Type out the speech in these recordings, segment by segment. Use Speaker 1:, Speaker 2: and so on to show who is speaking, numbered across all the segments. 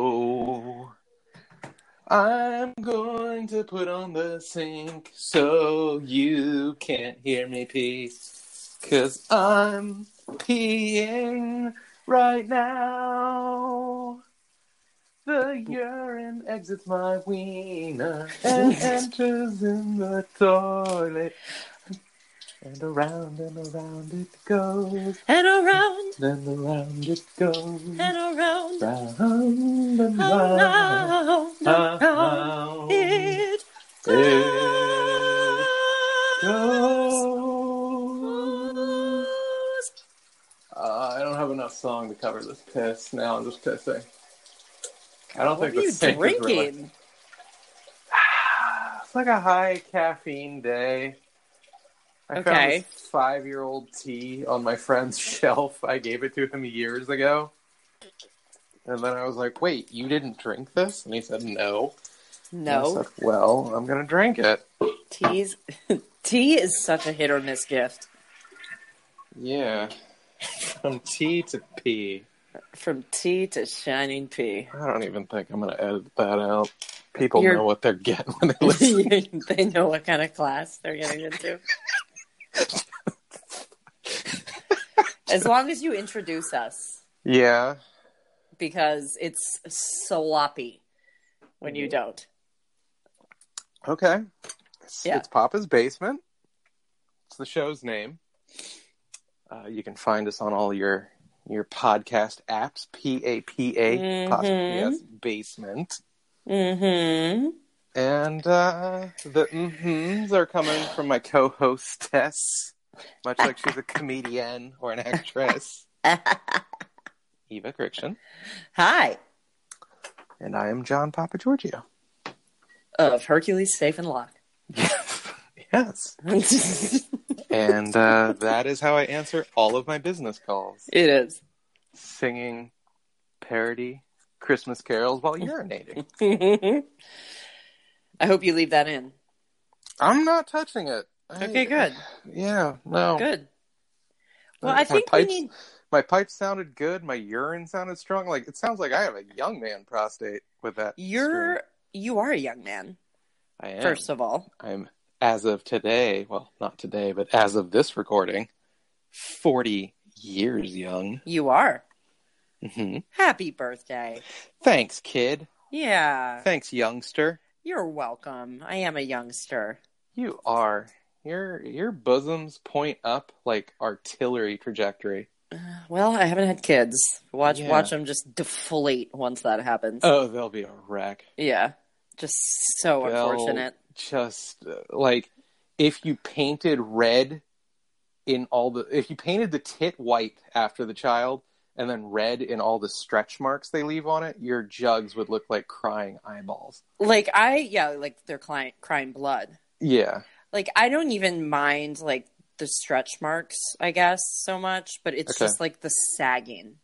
Speaker 1: blow. I'm going to put on the sink so you can't hear me pee. Cause I'm peeing right now. The urine exits my wiener and enters in the toilet. And around and around it goes.
Speaker 2: And around
Speaker 1: And around it goes.
Speaker 2: and around,
Speaker 1: Round and round.
Speaker 2: around, around
Speaker 1: Around it
Speaker 2: it goes.
Speaker 1: goes. Uh, I don't have enough song to cover this piss. Now I'm just pissing. I don't
Speaker 2: What
Speaker 1: think
Speaker 2: are you
Speaker 1: the sink is really-
Speaker 2: drinking?
Speaker 1: It's like a high caffeine day. I found
Speaker 2: Okay.
Speaker 1: this five year old tea on my friend's shelf. I gave it to him years ago. And then I was like, wait, you didn't drink this? And he said, no. And I
Speaker 2: No,
Speaker 1: said, well, I'm going to drink it.
Speaker 2: tea's tea is such a hit or miss gift.
Speaker 1: Yeah. From tea to pee.
Speaker 2: From tea to shining pea.
Speaker 1: I don't even think I'm going to edit that out. People
Speaker 2: You're-
Speaker 1: know what they're getting when they listen.
Speaker 2: they know what kind of class they're getting into. as long as you introduce us,
Speaker 1: yeah.
Speaker 2: because it's sloppy when you don't.
Speaker 1: Okay. It's,
Speaker 2: Yeah.
Speaker 1: it's Papa's Basement. It's the show's name. Uh, you can find us on all your your podcast apps. P A P A Pos-
Speaker 2: Mhm.
Speaker 1: yes, Basement.
Speaker 2: Mm-hmm.
Speaker 1: And uh, the mhms are coming from my co-hostess, much like she's a comedian or an actress, Eva Crichton,
Speaker 2: Hi,
Speaker 1: and I am John Papa Giorgio.
Speaker 2: of Hercules Safe and Lock.
Speaker 1: yes,
Speaker 2: it
Speaker 1: and uh, that is how I answer all of my business calls.
Speaker 2: is.
Speaker 1: singing parody Christmas carols while urinating.
Speaker 2: I hope you leave that in.
Speaker 1: I'm not touching it. I-
Speaker 2: Okay, good,
Speaker 1: Yeah, no.
Speaker 2: good.
Speaker 1: Uh,
Speaker 2: Well, I
Speaker 1: my
Speaker 2: think we
Speaker 1: pipes-
Speaker 2: need.
Speaker 1: My pipe sounded good. My urine sounded strong. Like it sounds like I have a young man prostate with that.
Speaker 2: You're you are a young man,
Speaker 1: scream. I am.
Speaker 2: first of all.
Speaker 1: I'm as of today. Well, not today, but as of this recording, forty years young.
Speaker 2: You are.
Speaker 1: hmm
Speaker 2: Happy birthday.
Speaker 1: Thanks, kid.
Speaker 2: Yeah.
Speaker 1: Thanks, youngster.
Speaker 2: You're welcome. I am a youngster.
Speaker 1: You are. Your your bosoms point up like artillery trajectory.
Speaker 2: Well, I haven't had kids. Watch
Speaker 1: Yeah.
Speaker 2: watch them just deflate once that happens.
Speaker 1: Oh, they'll be a wreck.
Speaker 2: Yeah. Just so
Speaker 1: Well-
Speaker 2: unfortunate.
Speaker 1: Just uh, like if you painted red in all the if you painted the tit white after the child and then red in all the stretch marks they leave on it, your jugs would look like crying eyeballs.
Speaker 2: Like I yeah, like they're client crying blood.
Speaker 1: Yeah.
Speaker 2: Like I don't even mind like the stretch marks, I guess, so much, but it's
Speaker 1: Okay.
Speaker 2: just like the sagging.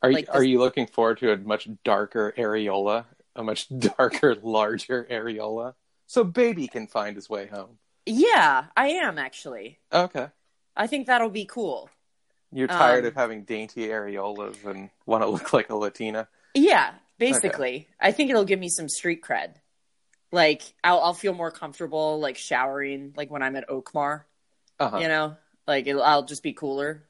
Speaker 1: Are
Speaker 2: Like
Speaker 1: you,
Speaker 2: this-
Speaker 1: are you looking forward to a much darker areola, a much darker, larger areola, so baby can find his way home?
Speaker 2: Yeah, I am actually.
Speaker 1: Okay.
Speaker 2: I think that'll be cool.
Speaker 1: You're tired
Speaker 2: Um,
Speaker 1: of having dainty areolas and want to look like a Latina.
Speaker 2: Yeah, basically. I think it'll give me some street cred. Like I'll I'll feel more comfortable like showering like when I'm at Oakmar,
Speaker 1: Uh huh.
Speaker 2: you know? Like it'll, I'll just be cooler.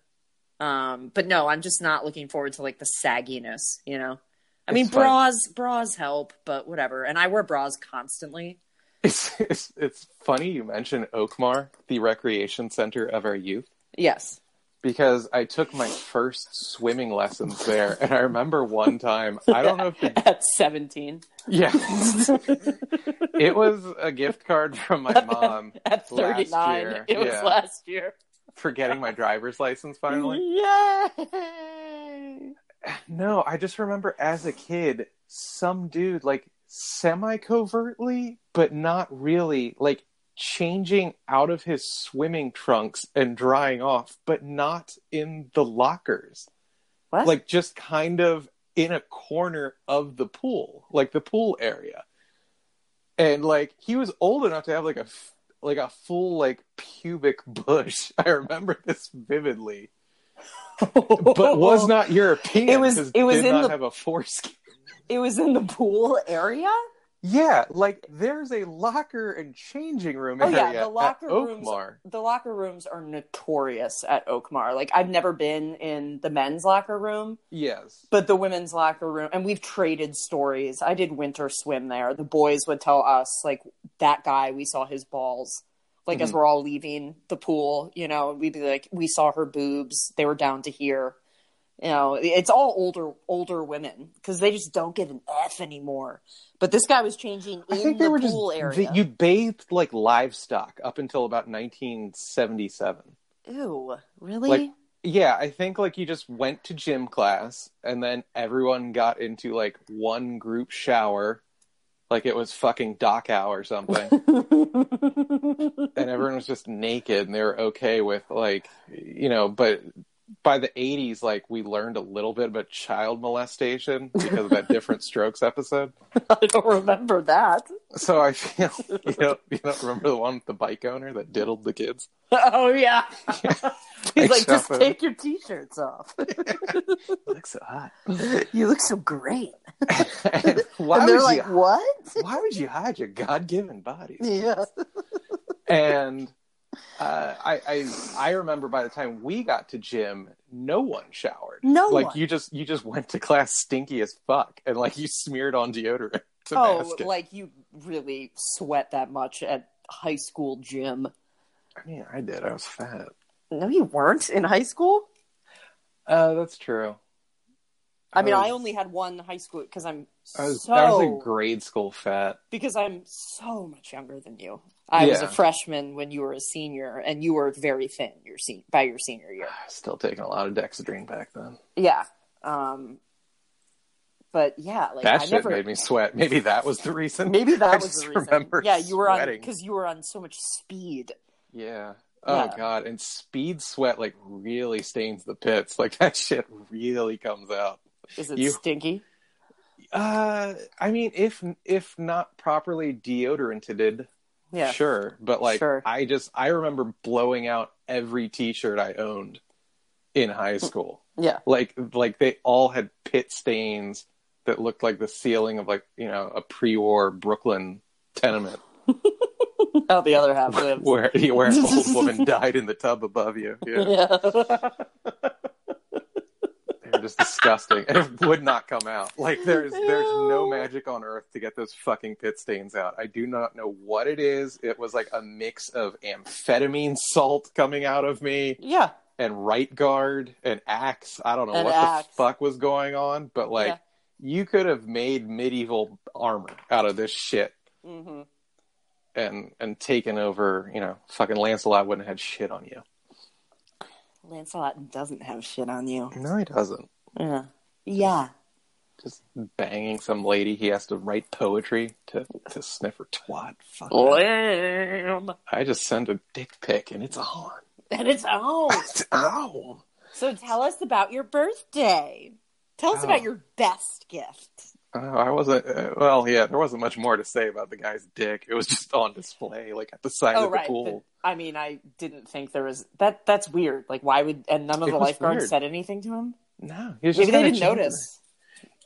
Speaker 2: Um but no, I'm just not looking forward to like the sagginess, you know. I mean
Speaker 1: It's fine.
Speaker 2: bras bras help, but whatever. And I wear bras constantly.
Speaker 1: It's, it's it's funny you mention Oakmar, the recreation center of our youth,
Speaker 2: Yes.
Speaker 1: because I took my first swimming lessons there, and I remember one time I don't know if the,
Speaker 2: At 17.
Speaker 1: yeah, it was a gift card from my mom
Speaker 2: At
Speaker 1: Last
Speaker 2: 39.
Speaker 1: year,
Speaker 2: It was
Speaker 1: yeah.
Speaker 2: last year.
Speaker 1: for getting my driver's license finally.
Speaker 2: Yay!
Speaker 1: No, I just remember as a kid, some dude like semi covertly, but not really, like changing out of his swimming trunks and drying off, but not in the lockers.
Speaker 2: What?
Speaker 1: like just kind of in a corner of the pool, like the pool area. And like he was old enough to have like a f- like a full like pubic bush. I remember this vividly, but was not European.
Speaker 2: It was-
Speaker 1: 'cause
Speaker 2: it was
Speaker 1: did
Speaker 2: in
Speaker 1: not
Speaker 2: the-
Speaker 1: have a foreskin.
Speaker 2: it was in the pool area.
Speaker 1: Yeah, like there's a locker and changing room
Speaker 2: Oh,
Speaker 1: area
Speaker 2: yeah, the locker
Speaker 1: at
Speaker 2: rooms-
Speaker 1: Oakmar.
Speaker 2: The locker rooms are notorious at Oakmar. Like I've never been in the men's locker room,
Speaker 1: Yes.
Speaker 2: but the women's locker room and we've traded stories. I did winter swim there. The boys would tell us like that guy we saw his balls. Like as
Speaker 1: Mhm.
Speaker 2: we're all leaving the pool, you know, we'd be like we saw her boobs. They were down to here. You know, it's all older older women cuz they just don't give an f anymore. But this guy was changing in
Speaker 1: I think
Speaker 2: the
Speaker 1: they were just
Speaker 2: pool area.
Speaker 1: th- you bathed like livestock up until about 1977.
Speaker 2: Ew, really?
Speaker 1: Like- Yeah, I think like you just went to gym class and then everyone got into like one group shower, like it was fucking dock hour or something, and everyone was just naked and they were okay with like you know, but by the 80s like we learned a little bit about child molestation because of that different strokes episode.
Speaker 2: I don't remember that.
Speaker 1: So I feel you know, you don't remember the one with the bike owner that diddled the kids?
Speaker 2: Oh yeah. He's like, just
Speaker 1: Except for-
Speaker 2: take your t-shirts off.
Speaker 1: looks so hot.
Speaker 2: you look so great.
Speaker 1: And why
Speaker 2: and they're
Speaker 1: would
Speaker 2: like,
Speaker 1: you
Speaker 2: what?
Speaker 1: why would you hide your God given bodies?
Speaker 2: Yeah.
Speaker 1: and uh, I, I I remember by the time we got to gym, no one showered.
Speaker 2: No
Speaker 1: like
Speaker 2: one.
Speaker 1: you just you just went to class stinky as fuck, and like you smeared on deodorant to
Speaker 2: Oh,
Speaker 1: mask it.
Speaker 2: like you really sweat that much at high school gym.
Speaker 1: I mean, I did. I was fat.
Speaker 2: No, you weren't in high school.
Speaker 1: Uh, that's true.
Speaker 2: I mean,
Speaker 1: was-
Speaker 2: I only had one high school because I'm
Speaker 1: I was,
Speaker 2: so
Speaker 1: I was a grade school fat.
Speaker 2: because I'm so much younger than you. I was a
Speaker 1: Yeah.
Speaker 2: freshman when you were a senior, and you were very thin your se- by your senior year.
Speaker 1: Still taking a lot of Dexedrine back then.
Speaker 2: Yeah. Um, but yeah, like
Speaker 1: that
Speaker 2: I
Speaker 1: shit
Speaker 2: never.
Speaker 1: made me sweat. Maybe that was the reason.
Speaker 2: Maybe that
Speaker 1: I
Speaker 2: was
Speaker 1: just
Speaker 2: the reason.
Speaker 1: remember
Speaker 2: yeah, you were on
Speaker 1: sweating.
Speaker 2: because you were on so much speed.
Speaker 1: Yeah. Oh
Speaker 2: Yeah.
Speaker 1: god, and speed sweat like really stains the pits. Like that shit really comes out.
Speaker 2: Is it
Speaker 1: You-
Speaker 2: stinky?
Speaker 1: Uh, I mean, if if not properly deodoranted,
Speaker 2: Yeah.
Speaker 1: sure. But like,
Speaker 2: Sure.
Speaker 1: I just I remember blowing out every T-shirt I owned in high
Speaker 2: Hmm.
Speaker 1: school.
Speaker 2: Yeah.
Speaker 1: Like like they all had pit stains that looked like the ceiling of like you know a pre-war Brooklyn tenement
Speaker 2: Oh, the other half lives.
Speaker 1: where where an old woman died in the tub above you. Yeah.
Speaker 2: yeah.
Speaker 1: They're just disgusting. and it would not come out. Like there's there's no magic on earth to get those fucking pit stains out. I do not know what it is. It was like a mix of amphetamine salt coming out of me
Speaker 2: yeah.
Speaker 1: and right guard and axe. I don't know
Speaker 2: And
Speaker 1: what
Speaker 2: Axe.
Speaker 1: the fuck was going on, but like
Speaker 2: Yeah.
Speaker 1: you could have made medieval armor out of this shit
Speaker 2: hmm
Speaker 1: and and taken over, you know, fucking Lancelot wouldn't have had shit on you.
Speaker 2: Lancelot doesn't have shit on you.
Speaker 1: No, he doesn't.
Speaker 2: Yeah. Yeah.
Speaker 1: just banging some lady he has to write poetry to, to sniff her twat. Fuck.
Speaker 2: Lamb.
Speaker 1: I just send a dick pic and it's on.
Speaker 2: And it's own.
Speaker 1: It's on.
Speaker 2: So tell us about your birthday. Tell us
Speaker 1: Oh.
Speaker 2: about your best gift.
Speaker 1: Oh, I wasn't. Uh, well, yeah, there wasn't much more to say about the guy's dick. It was just on display, like at the side
Speaker 2: oh
Speaker 1: of
Speaker 2: right.
Speaker 1: the pool.
Speaker 2: but, I mean, I didn't think there was that. That's weird. Like, why would and none of
Speaker 1: It
Speaker 2: the
Speaker 1: was
Speaker 2: lifeguards
Speaker 1: weird.
Speaker 2: said anything to him?
Speaker 1: No, he was just
Speaker 2: Maybe they
Speaker 1: kinda
Speaker 2: didn't
Speaker 1: chilling.
Speaker 2: notice.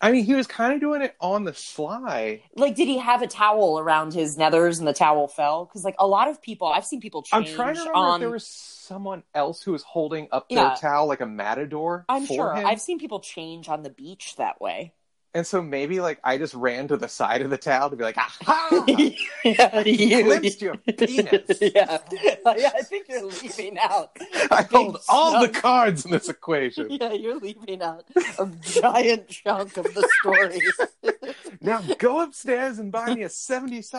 Speaker 1: I mean, he was kind of doing it on the sly.
Speaker 2: Like, did he have a towel around his nethers and the towel fell? Because like a lot of people, I've seen people
Speaker 1: I'm
Speaker 2: change
Speaker 1: trying to remember
Speaker 2: on.
Speaker 1: if there was someone else who was holding up
Speaker 2: Yeah.
Speaker 1: their towel like a matador.
Speaker 2: I'm
Speaker 1: for
Speaker 2: sure
Speaker 1: him.
Speaker 2: I've seen people change on the beach that way.
Speaker 1: And so maybe like I just ran to the side of the towel to be like, "Aha!
Speaker 2: yeah,
Speaker 1: Glimpsed your penis."
Speaker 2: yeah. yeah, I think you're leaving out.
Speaker 1: I
Speaker 2: Big
Speaker 1: hold all the
Speaker 2: chunk.
Speaker 1: cards in this equation.
Speaker 2: Yeah, you're leaving out a giant chunk of the story.
Speaker 1: Now go upstairs and buy me a 70 si-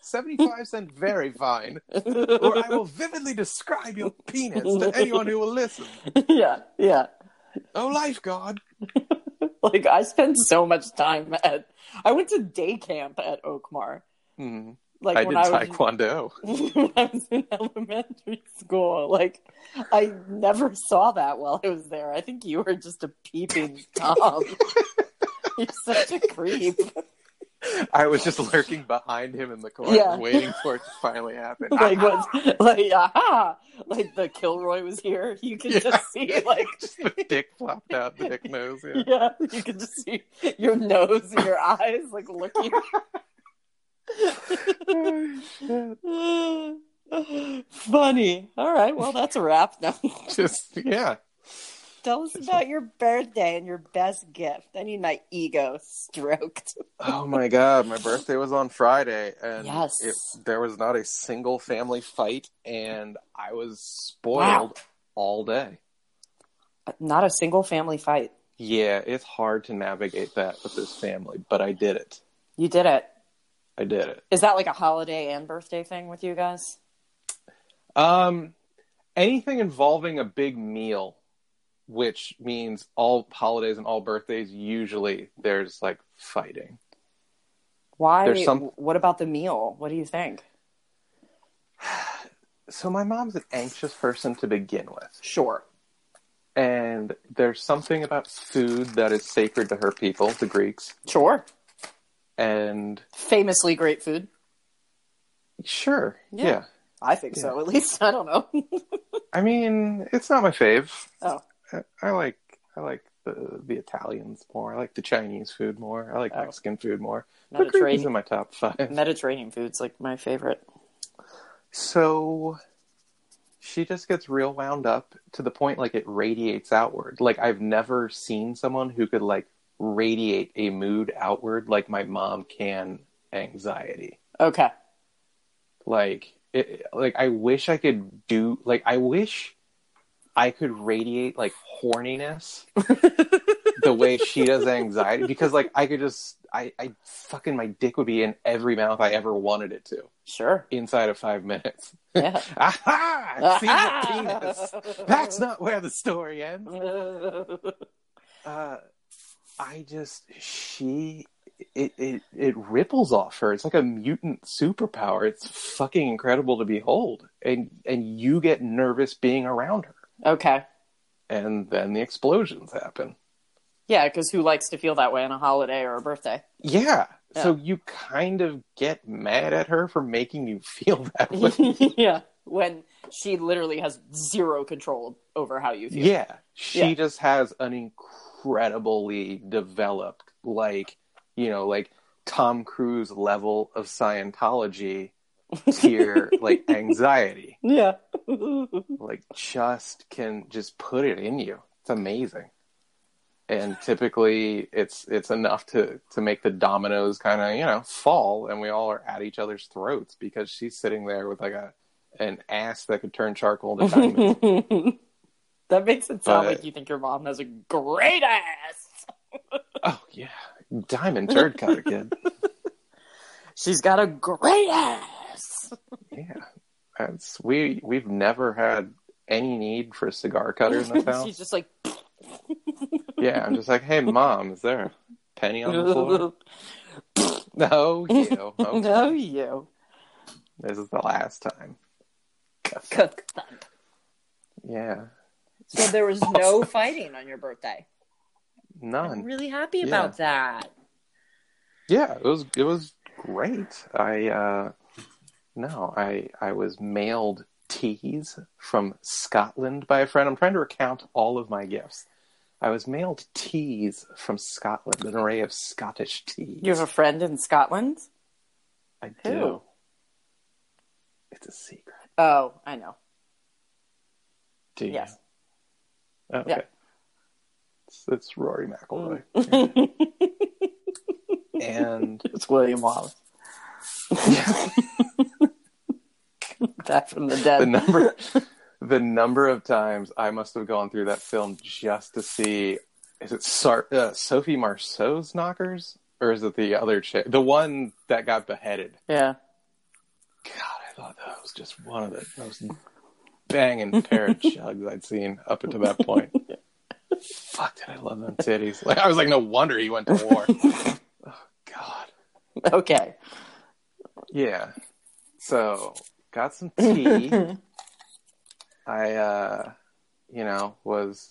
Speaker 1: 75 cent very fine, or I will vividly describe your penis to anyone who will listen.
Speaker 2: yeah, yeah.
Speaker 1: Oh, lifeguard.
Speaker 2: Like I spent so much time at. I went to day camp at Oakmar.
Speaker 1: Hmm.
Speaker 2: Like
Speaker 1: I did
Speaker 2: when I was
Speaker 1: taekwondo.
Speaker 2: when I was in elementary school. Like, I never saw that while I was there. I think you were just a peeping Tom. You're such a creep.
Speaker 1: I was just lurking behind him in the corner,
Speaker 2: Yeah.
Speaker 1: waiting for it to finally happen.
Speaker 2: like was like aha, like the Kilroy was here. You can
Speaker 1: Yeah.
Speaker 2: just see like
Speaker 1: just the dick flopped out, the dick nose. Yeah.
Speaker 2: yeah, you can just see your nose and your eyes like looking.
Speaker 1: Oh, shit.
Speaker 2: Funny. All right, well that's a wrap. Now
Speaker 1: Just yeah.
Speaker 2: tell us about your birthday and your best gift. I need my ego stroked.
Speaker 1: Oh my god, my birthday was on Friday, and
Speaker 2: Yes.
Speaker 1: it, there was not a single family fight, and I was spoiled
Speaker 2: Wow.
Speaker 1: all day.
Speaker 2: Not a single family fight.
Speaker 1: Yeah, it's hard to navigate that with this family, but I did it.
Speaker 2: You did it.
Speaker 1: I did it.
Speaker 2: Is that like a holiday and birthday thing with you guys?
Speaker 1: Um, anything involving a big meal, which means all holidays and all birthdays, usually there's like fighting.
Speaker 2: Why?
Speaker 1: There's some-
Speaker 2: What about the meal? What do you think?
Speaker 1: So my mom's an anxious person to begin with,
Speaker 2: Sure.
Speaker 1: and there's something about food that is sacred to her people, the Greeks,
Speaker 2: Sure.
Speaker 1: and
Speaker 2: Famously great food.
Speaker 1: sure,
Speaker 2: Yeah.
Speaker 1: yeah.
Speaker 2: I think so, at least. I don't know.
Speaker 1: I mean, it's not my fave.
Speaker 2: Oh.
Speaker 1: I, I like I like the the Italians more. I like the Chinese food more. I like
Speaker 2: Oh.
Speaker 1: Mexican food more. The Greek is in
Speaker 2: Mediterranean,
Speaker 1: my top five.
Speaker 2: Mediterranean food's like my favorite.
Speaker 1: So she just gets real wound up to the point like it radiates outward. Like I've never seen someone who could like radiate a mood outward like my mom can anxiety.
Speaker 2: Okay.
Speaker 1: Like it, like I wish I could do like I wish I could radiate like horniness the way she does anxiety because like I could just I, I fucking my dick would be in every mouth I ever wanted it to
Speaker 2: Sure.
Speaker 1: inside of five minutes.
Speaker 2: Yeah.
Speaker 1: Aha! I See the penis. That's not where the story ends. Uh, I just she it, it it ripples off her. It's like a mutant superpower. It's fucking incredible to behold. And and you get nervous being around her.
Speaker 2: okay.
Speaker 1: And then the explosions happen.
Speaker 2: Yeah, because who likes to feel that way on a holiday or a birthday?
Speaker 1: Yeah. So you kind of get mad at her for making you feel that way.
Speaker 2: yeah. When she literally has zero control over how you feel.
Speaker 1: Yeah, she
Speaker 2: Yeah.
Speaker 1: just has an incredibly developed, like you know, like Tom Cruise level of Scientology tier, like anxiety.
Speaker 2: Yeah.
Speaker 1: Like just can just put it in you. It's amazing. And typically, it's it's enough to to make the dominoes kind of you know fall, and we all are at each other's throats because she's sitting there with like a an ass that could turn charcoal to diamonds.
Speaker 2: that makes it sound
Speaker 1: But-
Speaker 2: like you think your mom has a great ass.
Speaker 1: oh yeah, diamond turd cutter kid.
Speaker 2: She's got a great ass.
Speaker 1: Yeah, that's we we've never had any need for a cigar cutter in this house.
Speaker 2: She's just like
Speaker 1: yeah, I'm just like, hey, mom, is there a penny on the floor? no, you. Okay.
Speaker 2: No, you.
Speaker 1: This is the last time.
Speaker 2: Cook thump.
Speaker 1: Yeah,
Speaker 2: So there was no fighting on your birthday. I'm
Speaker 1: none.
Speaker 2: really happy
Speaker 1: Yeah.
Speaker 2: about that.
Speaker 1: Yeah, it was it was great. I uh no, I I was mailed teas from Scotland by a friend. I'm trying to recount all of my gifts. I was mailed teas from Scotland, an array of Scottish teas.
Speaker 2: You have a friend in Scotland?
Speaker 1: I
Speaker 2: Who?
Speaker 1: do. It's a secret.
Speaker 2: Oh, I know.
Speaker 1: Do you?
Speaker 2: Yes.
Speaker 1: Oh, okay.
Speaker 2: Yeah.
Speaker 1: It's, it's Rory McIlroy
Speaker 2: Mm.
Speaker 1: and
Speaker 2: It's William Wallace. Back from the dead.
Speaker 1: the number the number of times I must have gone through that film just to see is it Sar- uh, Sophie Marceau's knockers or is it the other chick the one that got beheaded?
Speaker 2: yeah.
Speaker 1: God, I thought that was just one of the most banging pair of jugs I'd seen up until that point. Fuck, did I love them titties? Like I was like, no wonder he went to war. oh God,
Speaker 2: Okay.
Speaker 1: yeah. So got some tea. I, uh, you know, was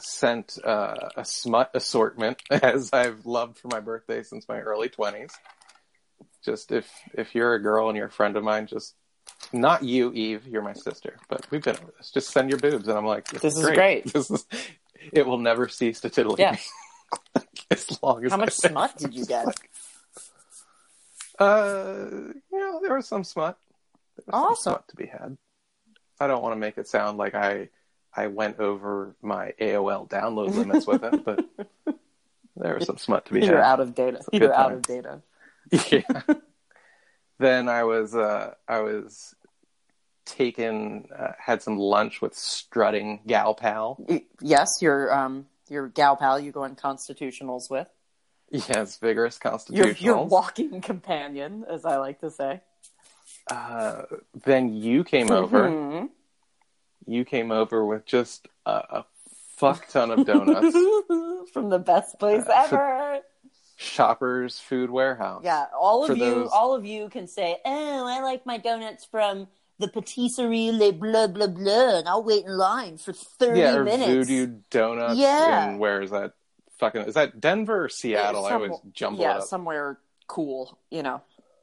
Speaker 1: scent uh, a smut assortment as I've loved for my birthday since my early twenties. Just if if you're a girl and you're a friend of mine, just not you, Eve, you're my sister, but we've been over this. Just send your boobs, and I'm like,
Speaker 2: This is great.
Speaker 1: This is it will never cease to tickle
Speaker 2: Yeah.
Speaker 1: me as long as
Speaker 2: How
Speaker 1: I
Speaker 2: much
Speaker 1: live.
Speaker 2: smut did you get?
Speaker 1: Uh, you know, there was some smut. There was
Speaker 2: Awesome.
Speaker 1: some smut to be had. I don't want to make it sound like I I went over my AOL download limits with it, but there was some smut to be
Speaker 2: You're
Speaker 1: had.
Speaker 2: out of data.
Speaker 1: a good
Speaker 2: You're out
Speaker 1: time.
Speaker 2: of data.
Speaker 1: Yeah. then I was uh I was taken uh, had some lunch with strutting gal pal.
Speaker 2: Y- Yes, your um your gal pal you go on constitutionals with.
Speaker 1: Yes, vigorous
Speaker 2: Your
Speaker 1: constitutional.
Speaker 2: your walking companion, as I like to say.
Speaker 1: uh, then you came over.
Speaker 2: Mm-hmm.
Speaker 1: You came over with just a, a fuck ton of donuts.
Speaker 2: Mhm. From the best place
Speaker 1: Uh, for-
Speaker 2: ever.
Speaker 1: Shoppers Food Warehouse.
Speaker 2: Yeah, all
Speaker 1: For
Speaker 2: of you,
Speaker 1: those-
Speaker 2: all of you can say, "Oh, I like my donuts from the patisserie Le Blah Blah Blah," and I'll wait in line for thirty
Speaker 1: Yeah, or
Speaker 2: minutes.
Speaker 1: Voodoo Donuts.
Speaker 2: Yeah.
Speaker 1: And where is that? Fucking is that Denver or Seattle? I always
Speaker 2: some-
Speaker 1: jumble
Speaker 2: yeah,
Speaker 1: it up.
Speaker 2: somewhere cool, you know.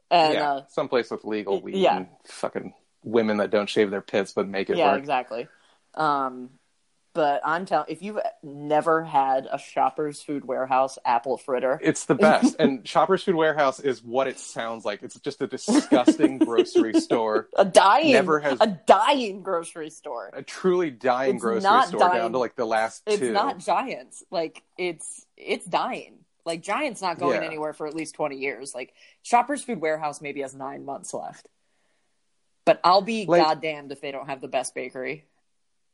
Speaker 2: And
Speaker 1: yeah,
Speaker 2: uh,
Speaker 1: someplace with legal
Speaker 2: y-
Speaker 1: weed
Speaker 2: yeah.
Speaker 1: and fucking women that don't shave their pits but make it
Speaker 2: yeah,
Speaker 1: work.
Speaker 2: exactly. Um, but I'm telling, if you've never had a Shoppers Food Warehouse apple fritter,
Speaker 1: It's the best. and Shoppers Food Warehouse is what it sounds like. It's just a disgusting grocery store,
Speaker 2: a dying,
Speaker 1: Never has-
Speaker 2: a dying grocery store.
Speaker 1: a truly dying
Speaker 2: It's
Speaker 1: grocery
Speaker 2: not
Speaker 1: store
Speaker 2: dying.
Speaker 1: down to like the last
Speaker 2: It's
Speaker 1: two.
Speaker 2: not Giants. Like it's it's dying. Like Giants not going
Speaker 1: Yeah.
Speaker 2: anywhere for at least twenty years. Like Shoppers Food Warehouse maybe has nine months left. But I'll be
Speaker 1: Like-
Speaker 2: goddamned if they don't have the best bakery.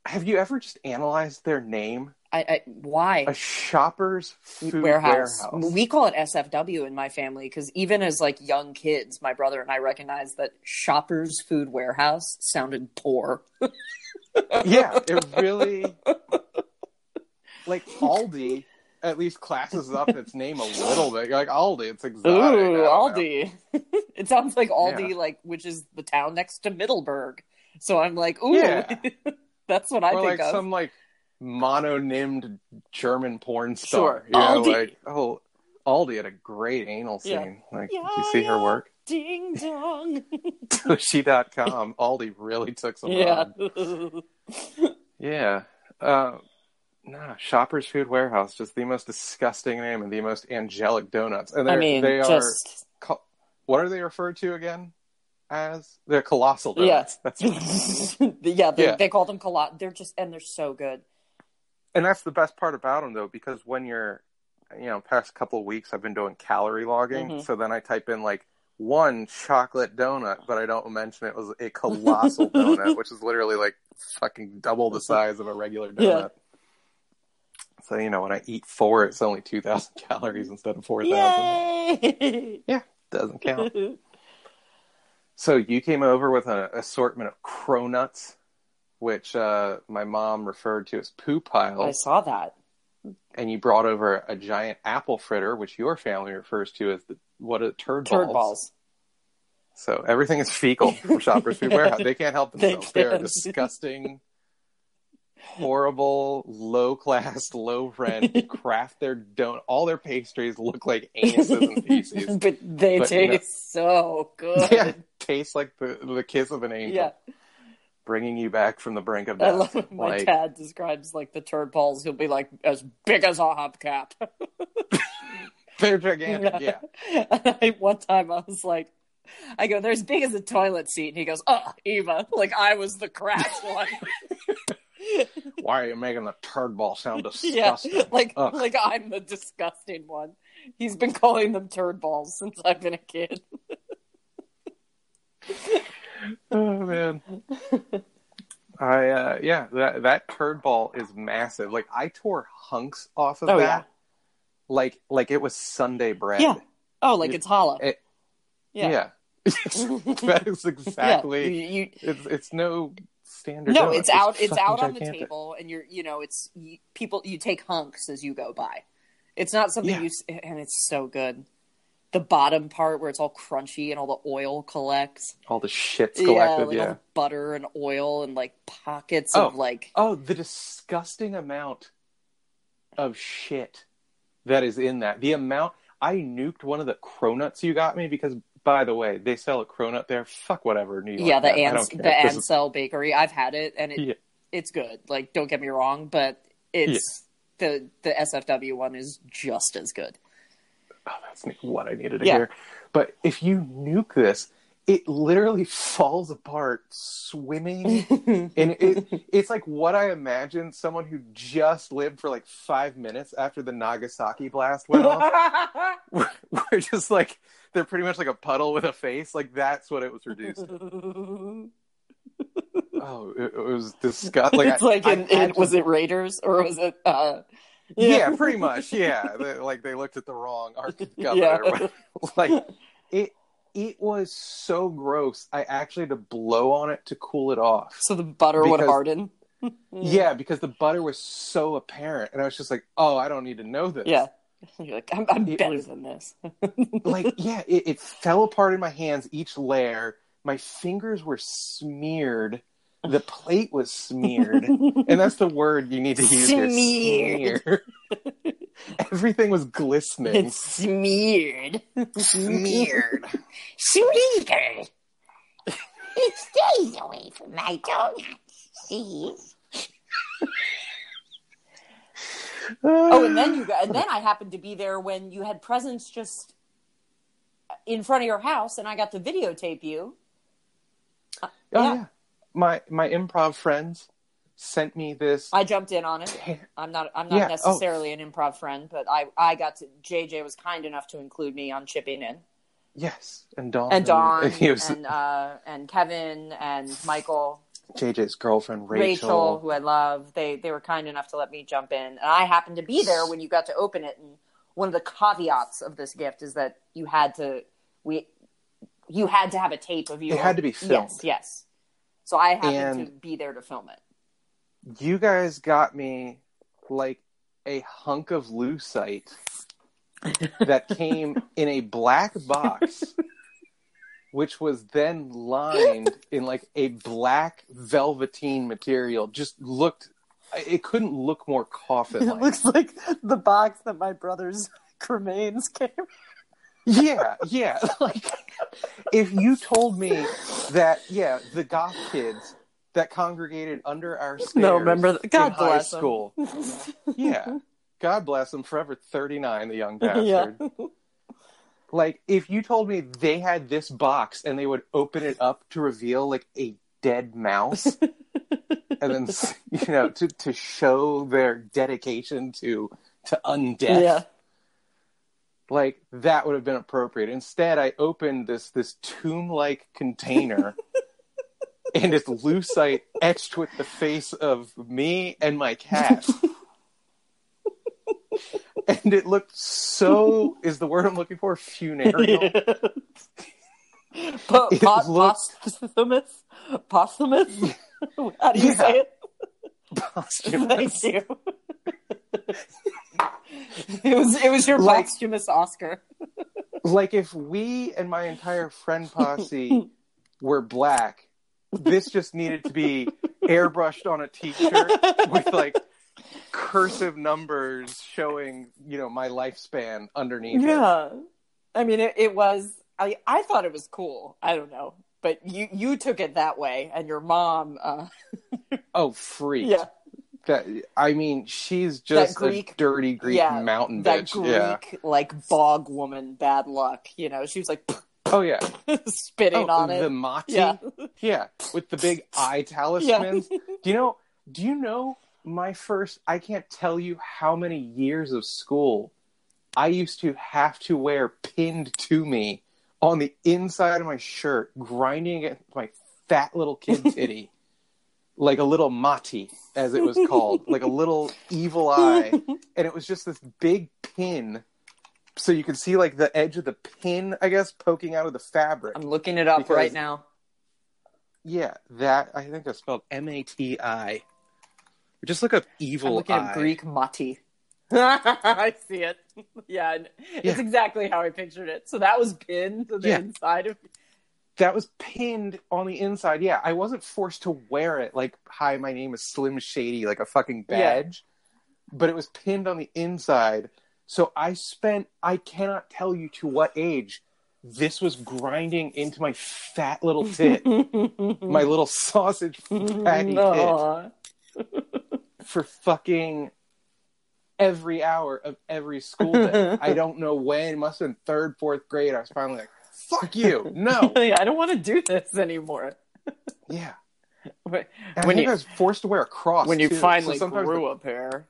Speaker 1: Have you ever just analyzed their name?
Speaker 2: I, I why?
Speaker 1: A Shoppers Food
Speaker 2: warehouse.
Speaker 1: warehouse.
Speaker 2: We call it SFW in my family because even as like young kids, my brother and I recognized that Shoppers Food Warehouse sounded poor.
Speaker 1: yeah, it really like Aldi at least classes up its name a little bit. Like Aldi, it's exotic. I don't know.
Speaker 2: it sounds like Aldi, like which is the town next to Middleburg. So I'm like, ooh,
Speaker 1: Yeah.
Speaker 2: that's what I
Speaker 1: or like
Speaker 2: think of.
Speaker 1: some like mononymed German porn star.
Speaker 2: Sure.
Speaker 1: You know,
Speaker 2: Aldi.
Speaker 1: like oh Aldi had a great anal
Speaker 2: Yeah.
Speaker 1: scene. Like
Speaker 2: Yeah,
Speaker 1: did you see her
Speaker 2: yeah.
Speaker 1: work?
Speaker 2: Ding dong.
Speaker 1: She.com. Aldi really took some
Speaker 2: yeah.
Speaker 1: rub. Yeah. Uh, nah, Shoppers Food Warehouse, just the most disgusting name and the most angelic donuts. And they're,
Speaker 2: I mean,
Speaker 1: they are
Speaker 2: just
Speaker 1: col- what are they referred to again as? They're colossal donuts. That's,
Speaker 2: yeah, they,
Speaker 1: Yeah.
Speaker 2: they call them colot. They're just and they're so good.
Speaker 1: and that's the best part about them, though, because when you're, you know, past couple of weeks, I've been doing calorie logging.
Speaker 2: Mhm.
Speaker 1: So then I type in like one chocolate donut, but I don't mention it was a colossal donut, which is literally like fucking double the size of a regular donut.
Speaker 2: Yeah.
Speaker 1: So you know, when I eat four, it's only two thousand calories instead of four thousand.
Speaker 2: Yay!
Speaker 1: Doesn't count. So you came over with an assortment of cronuts, which uh, my mom referred to as poo
Speaker 2: I
Speaker 1: piles,
Speaker 2: saw that.
Speaker 1: and you brought over a giant apple fritter, which your family refers to as the what a turd,
Speaker 2: Turd balls.
Speaker 1: So everything is fecal from Shoppers Food Warehouse. They can't help
Speaker 2: They
Speaker 1: themselves. They, are
Speaker 2: can't.
Speaker 1: disgusting, horrible, low class, low rent. Craft their don't all their pastries look like anuses and feces.
Speaker 2: but they
Speaker 1: But, you know-
Speaker 2: taste so good.
Speaker 1: Yeah, tastes like the the kiss of an angel.
Speaker 2: Yeah.
Speaker 1: bringing you back from the brink of
Speaker 2: I
Speaker 1: death.
Speaker 2: love when my
Speaker 1: like,
Speaker 2: dad describes like the turd balls. He'll be like as big as a hubcap.
Speaker 1: They're gigantic. Yeah.
Speaker 2: And I, one time I was like, I go, they're as big as a toilet seat. And he goes, oh, Eva, like I was the cracked one.
Speaker 1: Why are you making the turd ball sound
Speaker 2: yeah.
Speaker 1: disgusting?
Speaker 2: Like,
Speaker 1: Ugh.
Speaker 2: like I'm the disgusting one. He's been calling them turd balls since I've been a kid.
Speaker 1: Oh man. I uh yeah, that that turd ball is massive. Like I tore hunks off of
Speaker 2: Oh,
Speaker 1: that.
Speaker 2: yeah.
Speaker 1: Like like it was Sunday bread.
Speaker 2: Yeah. Oh, like
Speaker 1: You-
Speaker 2: it's hollow.
Speaker 1: it-
Speaker 2: yeah.
Speaker 1: that is
Speaker 2: Yeah,
Speaker 1: exactly
Speaker 2: you- you-
Speaker 1: it's it's no standard.
Speaker 2: no,
Speaker 1: donut.
Speaker 2: it's out. It's
Speaker 1: fucking
Speaker 2: out on the
Speaker 1: gigantic.
Speaker 2: table, and you're you know, it's you, people. You take hunks as you go by. It's not something
Speaker 1: Yeah.
Speaker 2: you s- and it's so good. The bottom part where it's all crunchy and all the oil collects.
Speaker 1: All the shit's
Speaker 2: yeah,
Speaker 1: collected,
Speaker 2: like
Speaker 1: yeah.
Speaker 2: all the butter and oil and like pockets
Speaker 1: Oh.
Speaker 2: of like
Speaker 1: Oh, the disgusting amount of shit that is in that. The amount I nuked one of the cronuts you got me because, by the way, they sell a cronut there. Fuck whatever, New York.
Speaker 2: yeah, the
Speaker 1: man. I
Speaker 2: Ans-
Speaker 1: don't care.
Speaker 2: the
Speaker 1: This is-
Speaker 2: Ansel Bakery. I've had it and it
Speaker 1: Yeah.
Speaker 2: it's good. Like, don't get me wrong, but it's the the SFW one is just as good.
Speaker 1: oh, that's what I needed to
Speaker 2: Yeah.
Speaker 1: hear. But if you nuke this, it literally falls apart swimming. and it, it's like what I imagine someone who just lived for like five minutes after the Nagasaki blast went off. We're just like, they're pretty much like a puddle with a face. Like that's what it was reduced. to. oh, it, it was disgusting. Like,
Speaker 2: it's
Speaker 1: I-
Speaker 2: like
Speaker 1: I
Speaker 2: in,
Speaker 1: had
Speaker 2: in,
Speaker 1: to-
Speaker 2: was it Raiders or was it uh
Speaker 1: yeah, pretty much. Yeah, They- like they looked at the wrong Arctic cover.
Speaker 2: Yeah.
Speaker 1: or whatever. like it, it was so gross. I actually had to blow on it to cool it off.
Speaker 2: so the butter would
Speaker 1: Because-
Speaker 2: harden.
Speaker 1: Yeah, because the butter was so apparent, and I was just like, "Oh, I don't need to know this."
Speaker 2: Yeah. You're like, I'm, I'm
Speaker 1: It
Speaker 2: better
Speaker 1: was-
Speaker 2: than this.
Speaker 1: like yeah, it, it fell apart in my hands. Each layer, my fingers were smeared. The plate was smeared, and that's the word you need to use. here,
Speaker 2: Smeared.
Speaker 1: smear. Everything was glistening.
Speaker 2: It's smeared.
Speaker 1: smeared.
Speaker 3: Sneaker. it stays away from my donut. See?
Speaker 2: Oh, and then you got, and then I happened to be there when you had presents just in front of your house, and I got to videotape you.
Speaker 1: Oh,
Speaker 2: yeah.
Speaker 1: yeah. my my improv friends sent me this.
Speaker 2: I jumped in on it. I'm not I'm not
Speaker 1: Yeah, oh.
Speaker 2: necessarily an improv friend, but I I got to JJ was kind enough to include me on chipping in.
Speaker 1: yes, and Dawn
Speaker 2: And Don
Speaker 1: and it Oh, was
Speaker 2: and uh and Kevin and Michael,
Speaker 1: JJ's girlfriend
Speaker 2: Rachel. who I love, they they were kind enough to let me jump in. And I happened to be there when you got to open it and one of the caveats of this gift is that you had to we you had to have a tape of you.
Speaker 1: It had to be filmed.
Speaker 2: Yes, yes. So I happened to
Speaker 1: And-
Speaker 2: be there to film it.
Speaker 1: you guys got me like a hunk of lucite that came in a black box which was then lined in like a black velveteen material just looked it couldn't look more coffin like
Speaker 2: like the box that my brother's cremains came.
Speaker 1: yeah yeah like if you told me that yeah the goth kids that congregated under our stairs
Speaker 2: No, remember th- God
Speaker 1: in
Speaker 2: bless
Speaker 1: high
Speaker 2: 'em.
Speaker 1: school yeah. God bless them forever 39 the young bastard.
Speaker 2: Yeah.
Speaker 1: Like if you told me they had this box and they would open it up to reveal like a dead mouse and then s- you know to to show their dedication to to undeath.
Speaker 2: Yeah.
Speaker 1: Like that would have been appropriate. Instead, I opened this this tomb-like container and it's lucite etched with the face of me and my cat. and it looked so is the word I'm looking for funereal.
Speaker 2: Po-
Speaker 1: It
Speaker 2: po-
Speaker 1: looks-
Speaker 2: Posthumous. Posthumous. How do you
Speaker 1: Yeah.
Speaker 2: say it?
Speaker 1: Posthumous.
Speaker 2: Thank you. it was it was your
Speaker 1: Like-
Speaker 2: posthumous Oscar.
Speaker 1: like if we and my entire friend posse were black, this just needed to be airbrushed on a t-shirt with like cursive numbers showing, you know, my lifespan underneath. it.
Speaker 2: Yeah. I mean it, it was I I thought it was cool. I don't know. But you you took it that way and your mom uh
Speaker 1: Oh, freak.
Speaker 2: yeah.
Speaker 1: That I mean, she's just
Speaker 2: Greek-
Speaker 1: a dirty Greek
Speaker 2: yeah,
Speaker 1: mountain
Speaker 2: that
Speaker 1: bitch.
Speaker 2: Greek
Speaker 1: Yeah.
Speaker 2: like bog woman bad luck, you know. She was like
Speaker 1: Oh yeah.
Speaker 2: spitting
Speaker 1: Oh,
Speaker 2: on
Speaker 1: the
Speaker 2: it.
Speaker 1: Mati.
Speaker 2: Yeah.
Speaker 1: Yeah, with the big eye talismans. do you know? Do you know my first? I can't tell you how many years of school I used to have to wear pinned to me on the inside of my shirt, grinding at my fat little kid titty, like a little Mati, as it was called, like a little evil eye, and it was just this big pin. So you could see like the edge of the pin, I guess, poking out of the fabric.
Speaker 2: I'm looking it up
Speaker 1: Because-
Speaker 2: right now.
Speaker 1: Yeah, that I think that's spelled M A T I. Just look up
Speaker 2: I'm
Speaker 1: evil
Speaker 2: looking
Speaker 1: eye.
Speaker 2: at Greek mati. I see it. Yeah, and
Speaker 1: Yeah.
Speaker 2: it's exactly how I pictured it. So that was pinned to the
Speaker 1: Yeah.
Speaker 2: inside of.
Speaker 1: That was pinned on the inside. Yeah, I wasn't forced to wear it like, "Hi, my name is Slim Shady," like a fucking
Speaker 2: Yeah.
Speaker 1: badge. but it was pinned on the inside. So I spent, I cannot tell you to what age this was grinding into my fat little tit, my little sausage fatty tit
Speaker 4: Aw.
Speaker 1: for fucking every hour of every school day. I don't know when, must have been third, fourth grade. I was finally like, fuck you, no.
Speaker 4: I don't want to do this anymore.
Speaker 1: Yeah.
Speaker 4: When
Speaker 1: And
Speaker 4: When
Speaker 1: I think
Speaker 4: you-
Speaker 1: I was forced to wear a cross.
Speaker 4: you
Speaker 1: too. Oh, So
Speaker 4: finally
Speaker 1: sometimes
Speaker 4: grew a pair.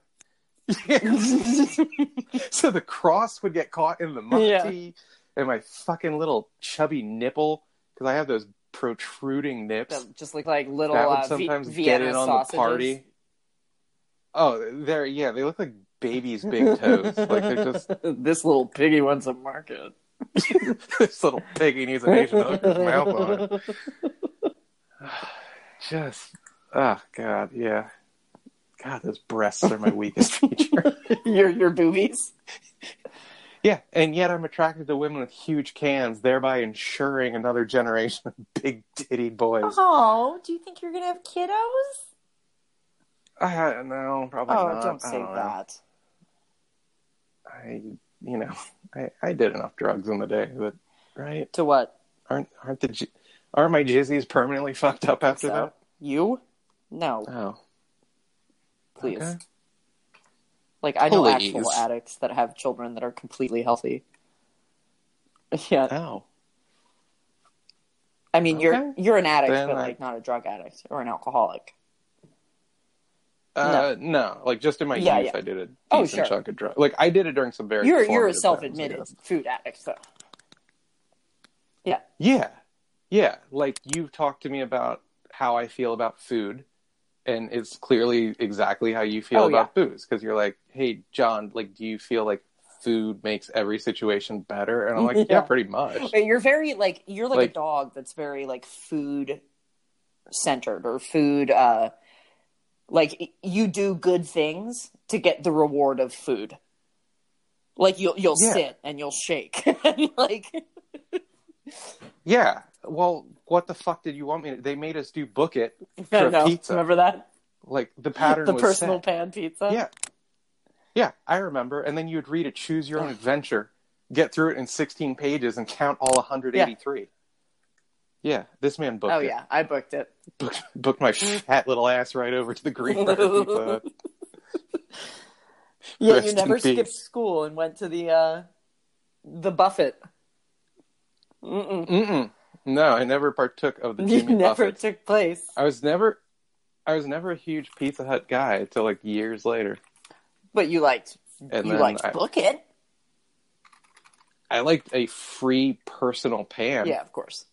Speaker 1: the- so the cross would get caught in the muck
Speaker 4: Yeah.
Speaker 1: tea and my fucking little chubby nipple because I have those protruding nips
Speaker 4: That just look like little
Speaker 1: that
Speaker 4: uh,
Speaker 1: would sometimes
Speaker 4: v-
Speaker 1: get
Speaker 4: Vienna
Speaker 1: in on
Speaker 4: sausages.
Speaker 1: the party. Oh, they're yeah, they look like babies' big toes. like they're just
Speaker 4: this little piggy wants a market.
Speaker 1: this little piggy needs an Asian hooker's mouth on it. Just oh god, yeah. God, those breasts are my weakest feature.
Speaker 4: your your boobies.
Speaker 1: Yeah, and yet I'm attracted to women with huge cans, thereby ensuring another generation of big titty boys.
Speaker 4: Oh, do you think you're gonna have kiddos?
Speaker 1: I don't know, probably
Speaker 4: Oh,
Speaker 1: not.
Speaker 4: don't
Speaker 1: I
Speaker 4: say
Speaker 1: know.
Speaker 4: that.
Speaker 1: I, you know, I, I did enough drugs in the day that, right?
Speaker 4: To what?
Speaker 1: Aren't aren't the j- aren't my jizzies permanently fucked up after
Speaker 4: So, you? No,
Speaker 1: that? Oh,
Speaker 4: please.
Speaker 1: okay.
Speaker 4: Like I know actual
Speaker 1: Please.
Speaker 4: addicts that have children that are completely healthy. Yeah,
Speaker 1: oh,
Speaker 4: I mean you're
Speaker 1: Okay.
Speaker 4: you're an addict,
Speaker 1: Then
Speaker 4: but
Speaker 1: I-
Speaker 4: like not a drug addict or an alcoholic.
Speaker 1: uh, no. like just in my
Speaker 4: Yeah,
Speaker 1: youth,
Speaker 4: yeah.
Speaker 1: I did a decent
Speaker 4: Oh, sure.
Speaker 1: chunk of drugs. Like I did it during some very
Speaker 4: You're you're
Speaker 1: formative
Speaker 4: a
Speaker 1: times, I
Speaker 4: self-admitted
Speaker 1: guess.
Speaker 4: food addict, though.
Speaker 1: Yeah. Yeah. Like you've talked to me about how I feel about food, and it's clearly exactly how you feel
Speaker 4: Oh,
Speaker 1: about booze because you're like, hey, John, like, do you feel like food makes every situation better? And I'm like, yeah,
Speaker 4: Yeah.
Speaker 1: pretty much.
Speaker 4: But you're very like you're like,
Speaker 1: Like-
Speaker 4: a dog that's very like food centered or food uh like you do good things to get the reward of food. Like you'll you'll
Speaker 1: Yeah.
Speaker 4: sit and you'll shake. like
Speaker 1: Yeah. Well, what the fuck did you want me to? They made us do book it.
Speaker 4: I
Speaker 1: For a
Speaker 4: know.
Speaker 1: pizza.
Speaker 4: Remember that?
Speaker 1: Like the pattern
Speaker 4: the
Speaker 1: was
Speaker 4: personal
Speaker 1: set.
Speaker 4: pan pizza.
Speaker 1: Yeah. Yeah, I remember. And then you would read a choose your own
Speaker 4: Ugh.
Speaker 1: adventure, get through it in 16 pages, and count all 183. Yeah, this man booked
Speaker 4: Oh
Speaker 1: it.
Speaker 4: yeah, I booked it.
Speaker 1: booked, booked my
Speaker 4: Mm.
Speaker 1: fat little ass right over to the green Bar Pizza Hut.
Speaker 4: Yeah,
Speaker 1: Rest
Speaker 4: you
Speaker 1: in
Speaker 4: never
Speaker 1: peace.
Speaker 4: skipped school and went to the uh the buffet. Mm-mm.
Speaker 1: Mm-mm. No, I never partook of the
Speaker 4: You
Speaker 1: Jimmy
Speaker 4: never
Speaker 1: Buffett.
Speaker 4: took place.
Speaker 1: I was never, I was never a huge Pizza Hut guy until like years later.
Speaker 4: But you liked
Speaker 1: And
Speaker 4: you
Speaker 1: then
Speaker 4: liked
Speaker 1: I,
Speaker 4: book it.
Speaker 1: I liked a free personal pan.
Speaker 4: Yeah, of course.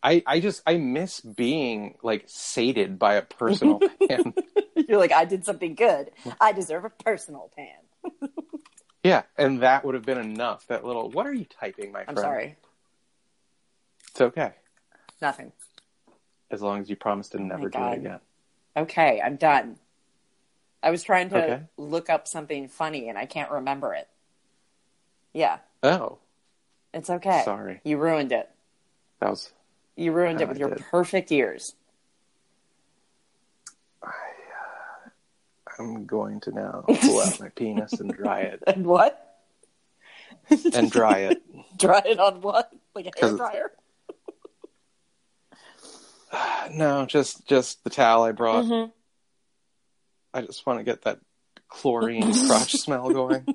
Speaker 1: I, I just I miss being like sated by a personal pan.
Speaker 4: You're like, I did something good. I deserve a personal pan.
Speaker 1: Yeah, and that would have been enough. That little what are you typing, my
Speaker 4: I'm
Speaker 1: friend?
Speaker 4: sorry.
Speaker 1: It's okay.
Speaker 4: Nothing.
Speaker 1: As long as you promise to never do
Speaker 4: Oh God.
Speaker 1: it again.
Speaker 4: Okay, I'm done. I was trying to
Speaker 1: Okay.
Speaker 4: look up something funny and I can't remember it. Yeah,
Speaker 1: Oh.
Speaker 4: it's okay.
Speaker 1: Sorry.
Speaker 4: You ruined it.
Speaker 1: That was
Speaker 4: You ruined
Speaker 1: No,
Speaker 4: it with
Speaker 1: I
Speaker 4: your
Speaker 1: did.
Speaker 4: perfect ears.
Speaker 1: I'm going to now pull out my penis and dry it.
Speaker 4: And what?
Speaker 1: And dry it.
Speaker 4: Dry it on what? Like a hair
Speaker 1: 'Cause-
Speaker 4: dryer?
Speaker 1: No, just just the towel I brought.
Speaker 4: Mhm.
Speaker 1: I just want to get that chlorine crotch smell going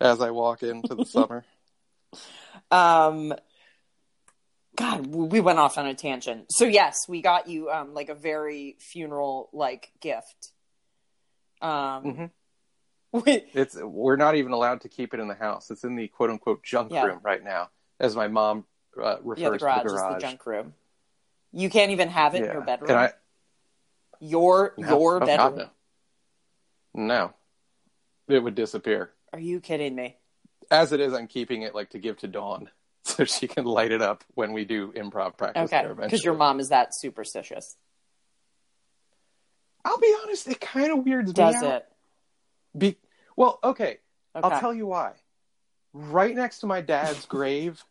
Speaker 1: as I walk into the summer.
Speaker 4: Um, God, we went off on a tangent. So yes, we got you um like a very funeral like gift.
Speaker 1: Mhm.
Speaker 4: Um, with-
Speaker 1: It's we're not even allowed to keep it in the house. It's in the quote unquote junk
Speaker 4: Yeah.
Speaker 1: room right now, as my mom uh, refers
Speaker 4: yeah, the garage,
Speaker 1: to the
Speaker 4: is the
Speaker 1: garage.
Speaker 4: junk room. You can't even have it in
Speaker 1: Yeah.
Speaker 4: your
Speaker 1: And
Speaker 4: bedroom.
Speaker 1: I,
Speaker 4: Your
Speaker 1: no,
Speaker 4: your
Speaker 1: oh, God,
Speaker 4: bedroom.
Speaker 1: no. no, it would disappear.
Speaker 4: Are you kidding me?
Speaker 1: As it is, I'm keeping it like to give to Dawn so she can light it up when we do improv practice.
Speaker 4: Okay,
Speaker 1: there
Speaker 4: because your
Speaker 1: eventually.
Speaker 4: mom is that superstitious.
Speaker 1: I'll be honest, it kind of weirds
Speaker 4: Does
Speaker 1: me out.
Speaker 4: it?
Speaker 1: Be- well, okay,
Speaker 4: Okay.
Speaker 1: I'll tell you why. Right next to my dad's grave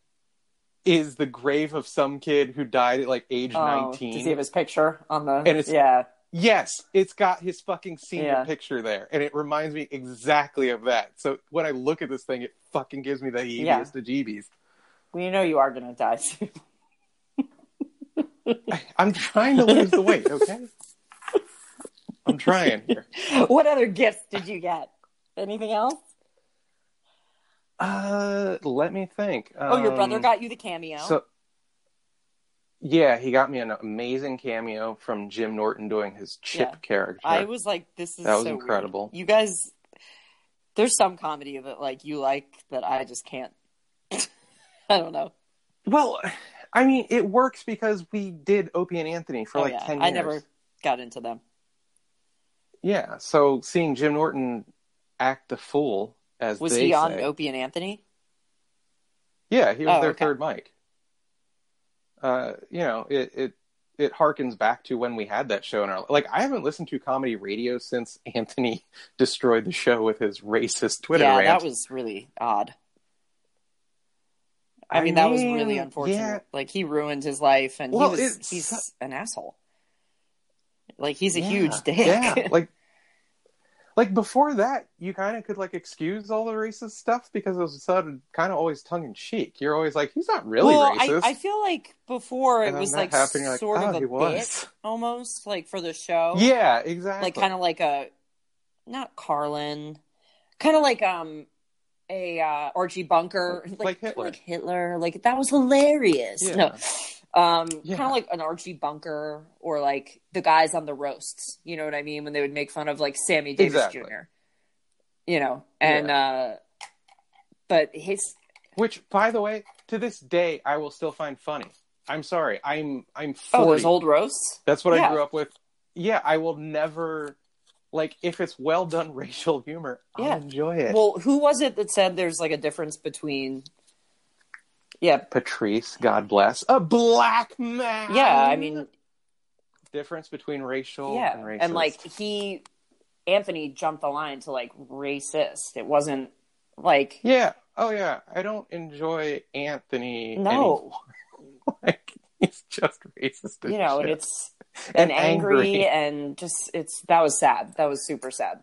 Speaker 1: is the grave of some kid who died at like age
Speaker 4: Oh,
Speaker 1: 19.
Speaker 4: Does he have his picture on the?
Speaker 1: And it's-
Speaker 4: yeah.
Speaker 1: Yes, it's got his fucking senior
Speaker 4: Yeah.
Speaker 1: picture there, and it reminds me exactly of that. So when I look at this thing, it fucking gives me the heebies
Speaker 4: Yeah.
Speaker 1: to jeebies.
Speaker 4: We know you are going to die soon.
Speaker 1: I'm trying to lose the weight, okay? I'm trying here.
Speaker 4: what other gifts did you get? Anything else?
Speaker 1: Uh, let me think.
Speaker 4: oh, your brother
Speaker 1: Um,
Speaker 4: got you the cameo.
Speaker 1: So, yeah, he got me an amazing cameo from Jim Norton doing his Chip
Speaker 4: Yeah.
Speaker 1: character.
Speaker 4: I was like, this is
Speaker 1: That was
Speaker 4: so weird.
Speaker 1: incredible.
Speaker 4: You guys, there's some comedy that like you like that I just can't. I don't know.
Speaker 1: Well, I mean, it works because we did Opie and Anthony for
Speaker 4: Oh,
Speaker 1: like
Speaker 4: yeah.
Speaker 1: ten years.
Speaker 4: I never got into them.
Speaker 1: Yeah, so seeing Jim Norton act the fool as
Speaker 4: Was
Speaker 1: they
Speaker 4: he on
Speaker 1: say-
Speaker 4: Opie and Anthony?
Speaker 1: Yeah, he was
Speaker 4: Oh,
Speaker 1: their
Speaker 4: okay.
Speaker 1: third mic. Uh, you know, it it it harkens back to when we had that show in our like. I haven't listened to comedy radio since Anthony destroyed the show with his racist Twitter
Speaker 4: yeah,
Speaker 1: rant.
Speaker 4: that was really odd. I,
Speaker 1: I
Speaker 4: mean, that was really
Speaker 1: mean,
Speaker 4: unfortunate.
Speaker 1: yeah.
Speaker 4: Like he ruined his life, and
Speaker 1: Well,
Speaker 4: he was,
Speaker 1: it's-
Speaker 4: he's an asshole. Like he's a
Speaker 1: Yeah,
Speaker 4: huge dick.
Speaker 1: Yeah, like like before that, you kind of could like excuse all the racist stuff because it was kind of always tongue in cheek. You're always like, he's not really
Speaker 4: well,
Speaker 1: racist.
Speaker 4: I, I feel like before it
Speaker 1: And then
Speaker 4: was
Speaker 1: that
Speaker 4: like
Speaker 1: happened, you're like,
Speaker 4: sort
Speaker 1: "Oh,
Speaker 4: of
Speaker 1: he
Speaker 4: a
Speaker 1: was."
Speaker 4: bit almost like for the show.
Speaker 1: yeah, exactly.
Speaker 4: like kind of like a not Carlin, kind of like um a uh, Archie Bunker,
Speaker 1: Like-
Speaker 4: like,
Speaker 1: like
Speaker 4: kinda
Speaker 1: Hitler.
Speaker 4: like Hitler, like that was hilarious.
Speaker 1: Yeah.
Speaker 4: No, um,
Speaker 1: Yeah.
Speaker 4: kind of like an Archie Bunker or like the guys on the roasts. You know what I mean? When they would make fun of like Sammy Davis
Speaker 1: Exactly.
Speaker 4: Jr. You know, and uh, but his
Speaker 1: Which, by the way, to this day, I will still find funny. I'm sorry. I'm I'm
Speaker 4: oh,
Speaker 1: 40.
Speaker 4: those old roasts.
Speaker 1: That's what
Speaker 4: Yeah.
Speaker 1: I grew up with. Yeah, I will never like if it's well done racial humor.
Speaker 4: Yeah.
Speaker 1: I'll enjoy it.
Speaker 4: Well, who was it that said there's like a difference between? Yeah,
Speaker 1: Patrice, God bless a black man.
Speaker 4: yeah. I mean,
Speaker 1: difference between racial
Speaker 4: yeah
Speaker 1: and racist.
Speaker 4: and like he anthony jumped um, the line to like racist it wasn't like
Speaker 1: yeah, oh yeah. I don't enjoy Anthony. anymore.
Speaker 4: no
Speaker 1: like he's just racist. as
Speaker 4: you know and
Speaker 1: shit.
Speaker 4: it's and,
Speaker 1: And angry.
Speaker 4: angry, and just it's that was sad that was super sad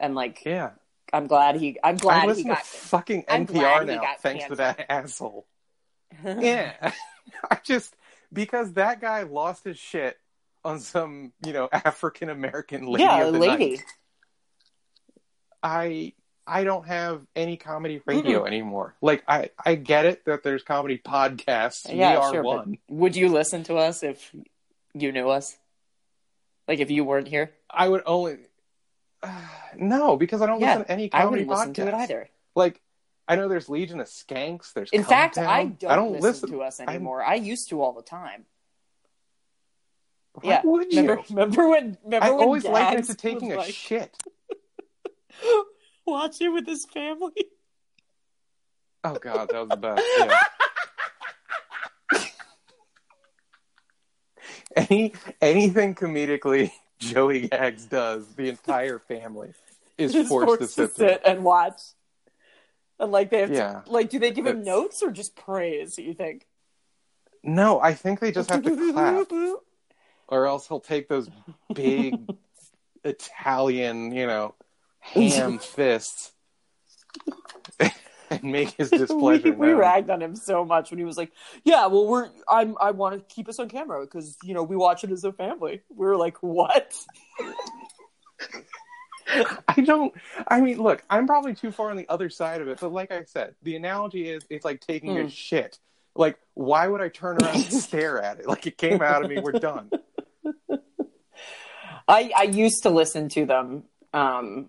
Speaker 4: and like
Speaker 1: yeah.
Speaker 4: i'm glad he i'm
Speaker 1: I
Speaker 4: glad he
Speaker 1: listen
Speaker 4: got
Speaker 1: to fucking
Speaker 4: I'm glad
Speaker 1: NPR
Speaker 4: he
Speaker 1: now,
Speaker 4: got
Speaker 1: thanks to
Speaker 4: canceled.
Speaker 1: that asshole. yeah i just because that guy lost his shit on some you know african american lady
Speaker 4: yeah
Speaker 1: of the
Speaker 4: lady
Speaker 1: night, i i don't have any comedy radio anymore like i i get it that there's comedy podcasts
Speaker 4: Yeah,
Speaker 1: we are
Speaker 4: sure, but-
Speaker 1: one
Speaker 4: would you listen to us if you knew us like if you weren't here
Speaker 1: i would only no because i don't
Speaker 4: Yeah,
Speaker 1: listen to any
Speaker 4: i
Speaker 1: comedy
Speaker 4: wouldn't listen to it
Speaker 1: podcasts.
Speaker 4: either
Speaker 1: like i know there's legion of skanks there's
Speaker 4: in fact
Speaker 1: Countdown.
Speaker 4: i don't,
Speaker 1: i don't listen,
Speaker 4: listen, to us
Speaker 1: I'm-
Speaker 4: anymore i used to all the time
Speaker 1: Why
Speaker 4: yeah,
Speaker 1: would you
Speaker 4: Remember, remember when? Remember
Speaker 1: i
Speaker 4: when
Speaker 1: always liken it
Speaker 4: Dax
Speaker 1: to taking
Speaker 4: was
Speaker 1: a
Speaker 4: like,
Speaker 1: shit
Speaker 4: watch it with his family.
Speaker 1: Oh god, that was the best. Yeah. Any anything comedically Joey Gags does, the entire family is
Speaker 4: Just
Speaker 1: forced, to sit there.
Speaker 4: and watch. And like they have
Speaker 1: Yeah.
Speaker 4: to, like, do they give him
Speaker 1: It's-
Speaker 4: notes or just praise? You think?
Speaker 1: No, I think they just have to clap, or else he'll take those big Italian, you know, ham fists and make his
Speaker 4: we,
Speaker 1: displeasure
Speaker 4: we
Speaker 1: known.
Speaker 4: ragged on him so much when he was like, "Yeah, well, we're I'm I want to keep us on camera because you know we watch it as a family." We were like, "What?"
Speaker 1: I don't. I mean, look, I'm probably too far on the other side of it, but like I said, the analogy is it's like taking a
Speaker 4: Hmm.
Speaker 1: shit. Like, why would I turn around and stare at it? Like, it came out of me. We're done.
Speaker 4: I, I used to listen to them um,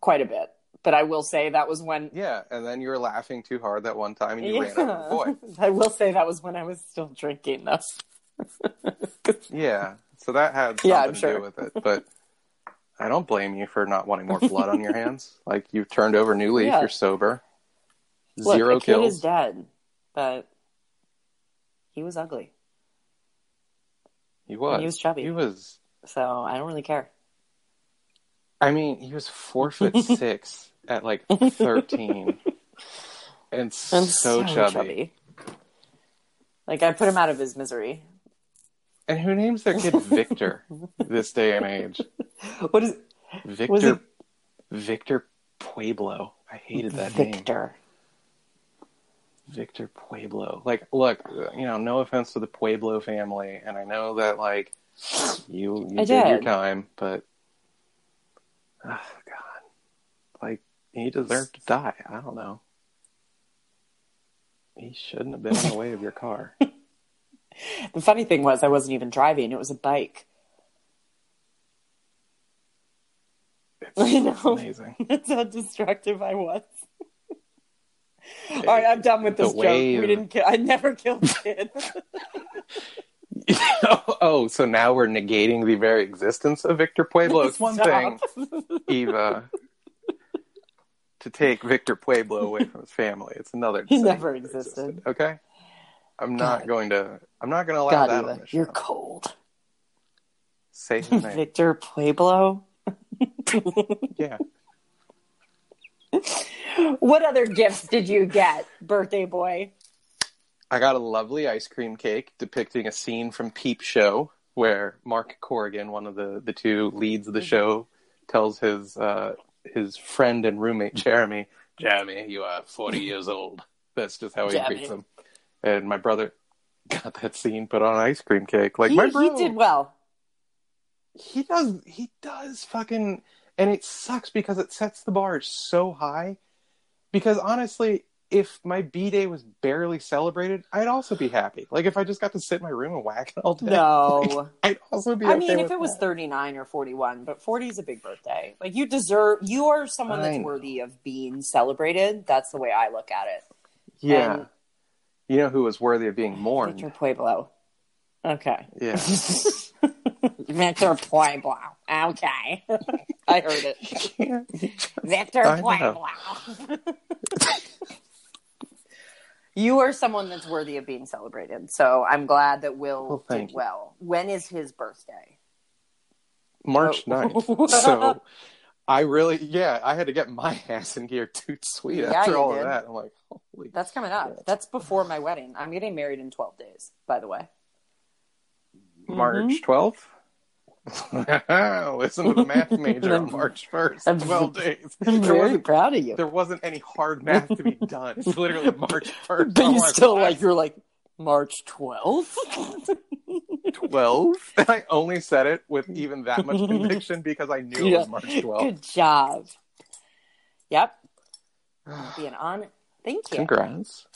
Speaker 4: quite a bit, but I will say that was when
Speaker 1: Yeah, and then you were laughing too hard that one time, and you ran over the boy.
Speaker 4: I will say that was when I was still drinking. Though.
Speaker 1: Yeah, so that had something
Speaker 4: Yeah, I'm
Speaker 1: to
Speaker 4: sure.
Speaker 1: do with it. But I don't blame you for not wanting more blood on your hands. Like, you've turned over a new leaf.
Speaker 4: Yeah.
Speaker 1: You're sober.
Speaker 4: Look,
Speaker 1: Zero
Speaker 4: a kid
Speaker 1: kills.
Speaker 4: is dead, but he was ugly,
Speaker 1: he
Speaker 4: and
Speaker 1: was.
Speaker 4: he was chubby.
Speaker 1: He was.
Speaker 4: so I don't really care.
Speaker 1: I mean, he was four foot six at like thirteen, and so, chubby.
Speaker 4: Like I put him out of his misery.
Speaker 1: And who names their kid Victor this day and age?
Speaker 4: What is Was
Speaker 1: Victor
Speaker 4: it-
Speaker 1: Victor Pueblo. I hated that name.
Speaker 4: Victor?
Speaker 1: Victor Pueblo. Like, look, you know, no offense to the Pueblo family, and I know that like you you
Speaker 4: I
Speaker 1: did. your
Speaker 4: did.
Speaker 1: time, but oh god, like he deserved to die. I don't know. He shouldn't have been in the way of your car.
Speaker 4: The funny thing was, I wasn't even driving; it was a bike. I
Speaker 1: It's
Speaker 4: know.
Speaker 1: amazing.
Speaker 4: That's how destructive I was. All right, I'm done with
Speaker 1: The
Speaker 4: this joke.
Speaker 1: wave.
Speaker 4: We didn't. Kill, I never killed kids.
Speaker 1: oh, so now we're negating the very existence of Victor Pueblo. It's one thing,
Speaker 4: Stop.
Speaker 1: Eva, to take Victor Pueblo away from his family. It's another. to
Speaker 4: He
Speaker 1: say
Speaker 4: never
Speaker 1: it
Speaker 4: existed.
Speaker 1: Okay, I'm not
Speaker 4: God.
Speaker 1: going to. I'm not going to allow
Speaker 4: God,
Speaker 1: that on
Speaker 4: Eva,
Speaker 1: this show.
Speaker 4: you're cold.
Speaker 1: Say his name.
Speaker 4: Victor Pueblo.
Speaker 1: yeah.
Speaker 4: What other gifts did you get, birthday boy?
Speaker 1: I got a lovely ice cream cake depicting a scene from Peep Show where Mark Corrigan, one of the, the two leads of
Speaker 4: Mm-hmm.
Speaker 1: the show, tells his uh, his friend and roommate Jeremy, Jeremy, you are forty years old. That's just how he
Speaker 4: Jeremy.
Speaker 1: treats him. And my brother got that scene put on ice cream cake. Like
Speaker 4: he,
Speaker 1: my
Speaker 4: he
Speaker 1: bro,
Speaker 4: did well.
Speaker 1: he does he does fucking and it sucks because it sets the bar so high because honestly if my b day was barely celebrated i'd also be happy like if i just got to sit in my room and whack it all day
Speaker 4: No.
Speaker 1: i'd also be
Speaker 4: I
Speaker 1: okay
Speaker 4: mean, if
Speaker 1: with
Speaker 4: it was
Speaker 1: that.
Speaker 4: 39 or 41, but 40 is a big birthday. Like, you deserve, you are someone
Speaker 1: I
Speaker 4: that's
Speaker 1: know.
Speaker 4: worthy of being celebrated. That's the way I look at it.
Speaker 1: yeah
Speaker 4: and-
Speaker 1: you know who was worthy of being mourned
Speaker 4: Victor Pueblo. Okay.
Speaker 1: yeah
Speaker 2: Victor Pueblo. Okay.
Speaker 4: I heard it.
Speaker 1: You can't-
Speaker 2: Victor
Speaker 1: I know.
Speaker 2: Pueblo.
Speaker 4: You are someone that's worthy of being celebrated. So I'm glad that Will
Speaker 1: Well, thank
Speaker 4: did
Speaker 1: you.
Speaker 4: well. When is his birthday?
Speaker 1: march
Speaker 4: Oh.
Speaker 1: 9th so i really yeah i had to get my ass in gear too sweet
Speaker 4: Yeah,
Speaker 1: after
Speaker 4: you
Speaker 1: all of
Speaker 4: did.
Speaker 1: that i'm like holy
Speaker 4: That's coming up. That's before my wedding. I'm getting married in 12 days, by the way.
Speaker 1: March
Speaker 4: Mm-hmm.
Speaker 1: 12th. Listen to the math major on March 1st. 12 days.
Speaker 4: I'm
Speaker 1: There
Speaker 4: very
Speaker 1: wasn't,
Speaker 4: proud of you.
Speaker 1: there wasn't any hard math to be done. It's literally March 1st.
Speaker 4: But
Speaker 1: I'm
Speaker 4: you still like you're like March 12th.
Speaker 1: 12? And I only said it with even that much conviction because I knew it was March 12th.
Speaker 4: Good job. Yep, being on. Thank you.
Speaker 1: Congrats.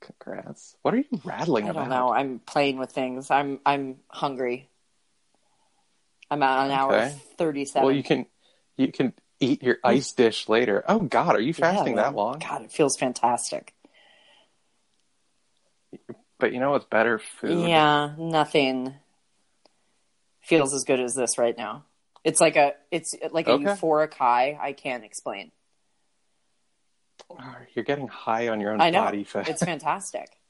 Speaker 1: Congrats. What are you rattling
Speaker 4: I
Speaker 1: about?
Speaker 4: don't know. I'm playing with things. I'm I'm hungry. I'm at an hour
Speaker 1: Okay.
Speaker 4: thirty-seven.
Speaker 1: Well, you can you can eat your ice dish later. Oh god, are you
Speaker 4: Yeah,
Speaker 1: fasting
Speaker 4: man.
Speaker 1: that long?
Speaker 4: God, it feels fantastic.
Speaker 1: But you know what's better food?
Speaker 4: Yeah, nothing feels as good as this right now. It's like a it's like a
Speaker 1: Okay.
Speaker 4: euphoric high. I can't explain.
Speaker 1: You're getting high on your own
Speaker 4: I know.
Speaker 1: body fat.
Speaker 4: It's fantastic.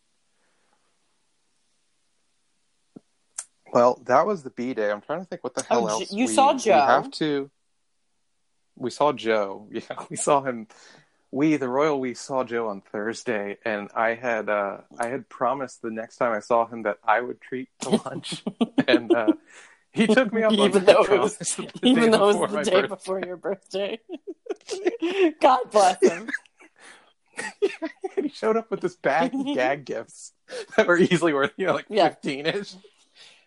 Speaker 1: Well, that was the B day. I'm trying to think what the hell
Speaker 4: Oh, J-
Speaker 1: else
Speaker 4: you
Speaker 1: we-
Speaker 4: saw
Speaker 1: We
Speaker 4: Joe.
Speaker 1: have to. We saw Joe. Yeah, we saw him. We the Royal. We saw Joe on Thursday, and I had uh, I had promised the next time I saw him that I would treat to lunch, and uh, he took me up on
Speaker 4: Even
Speaker 1: that
Speaker 4: though it was-
Speaker 1: promise the day
Speaker 4: Even though
Speaker 1: before
Speaker 4: it's the
Speaker 1: my
Speaker 4: day
Speaker 1: birthday.
Speaker 4: before your birthday. God bless him.
Speaker 1: And he showed up with this bag of gag gifts that were easily worth, you know, like
Speaker 4: Yeah.
Speaker 1: 15 ish.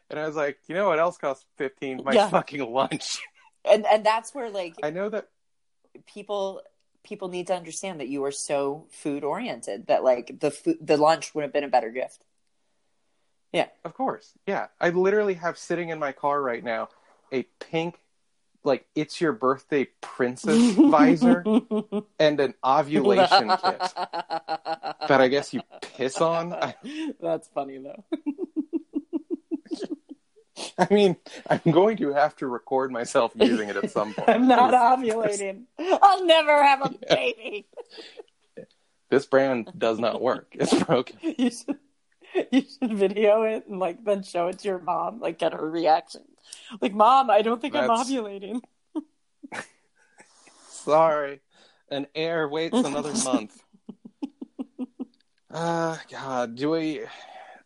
Speaker 1: And I was like, you know what else costs 15? My
Speaker 4: Yeah.
Speaker 1: fucking lunch.
Speaker 4: And and that's where like
Speaker 1: I know that.
Speaker 4: people people need to understand that you are so food oriented that like the food the lunch would have been a better gift.
Speaker 1: Of course. Yeah. I literally have sitting in my car right now a pink, like, it's your birthday princess visor and an ovulation kit that I guess you piss on. I,
Speaker 4: That's funny though.
Speaker 1: I mean, I'm going to have to record myself using it at some point.
Speaker 4: I'm not ovulating. I'll never have a baby.
Speaker 1: This brand does not work. It's broken.
Speaker 4: You should you should video it and like then show it to your mom, like get her reaction. Like, mom, I don't think I'm
Speaker 1: That's-
Speaker 4: ovulating.
Speaker 1: Sorry. An heir waits another month. Ah, God. Do we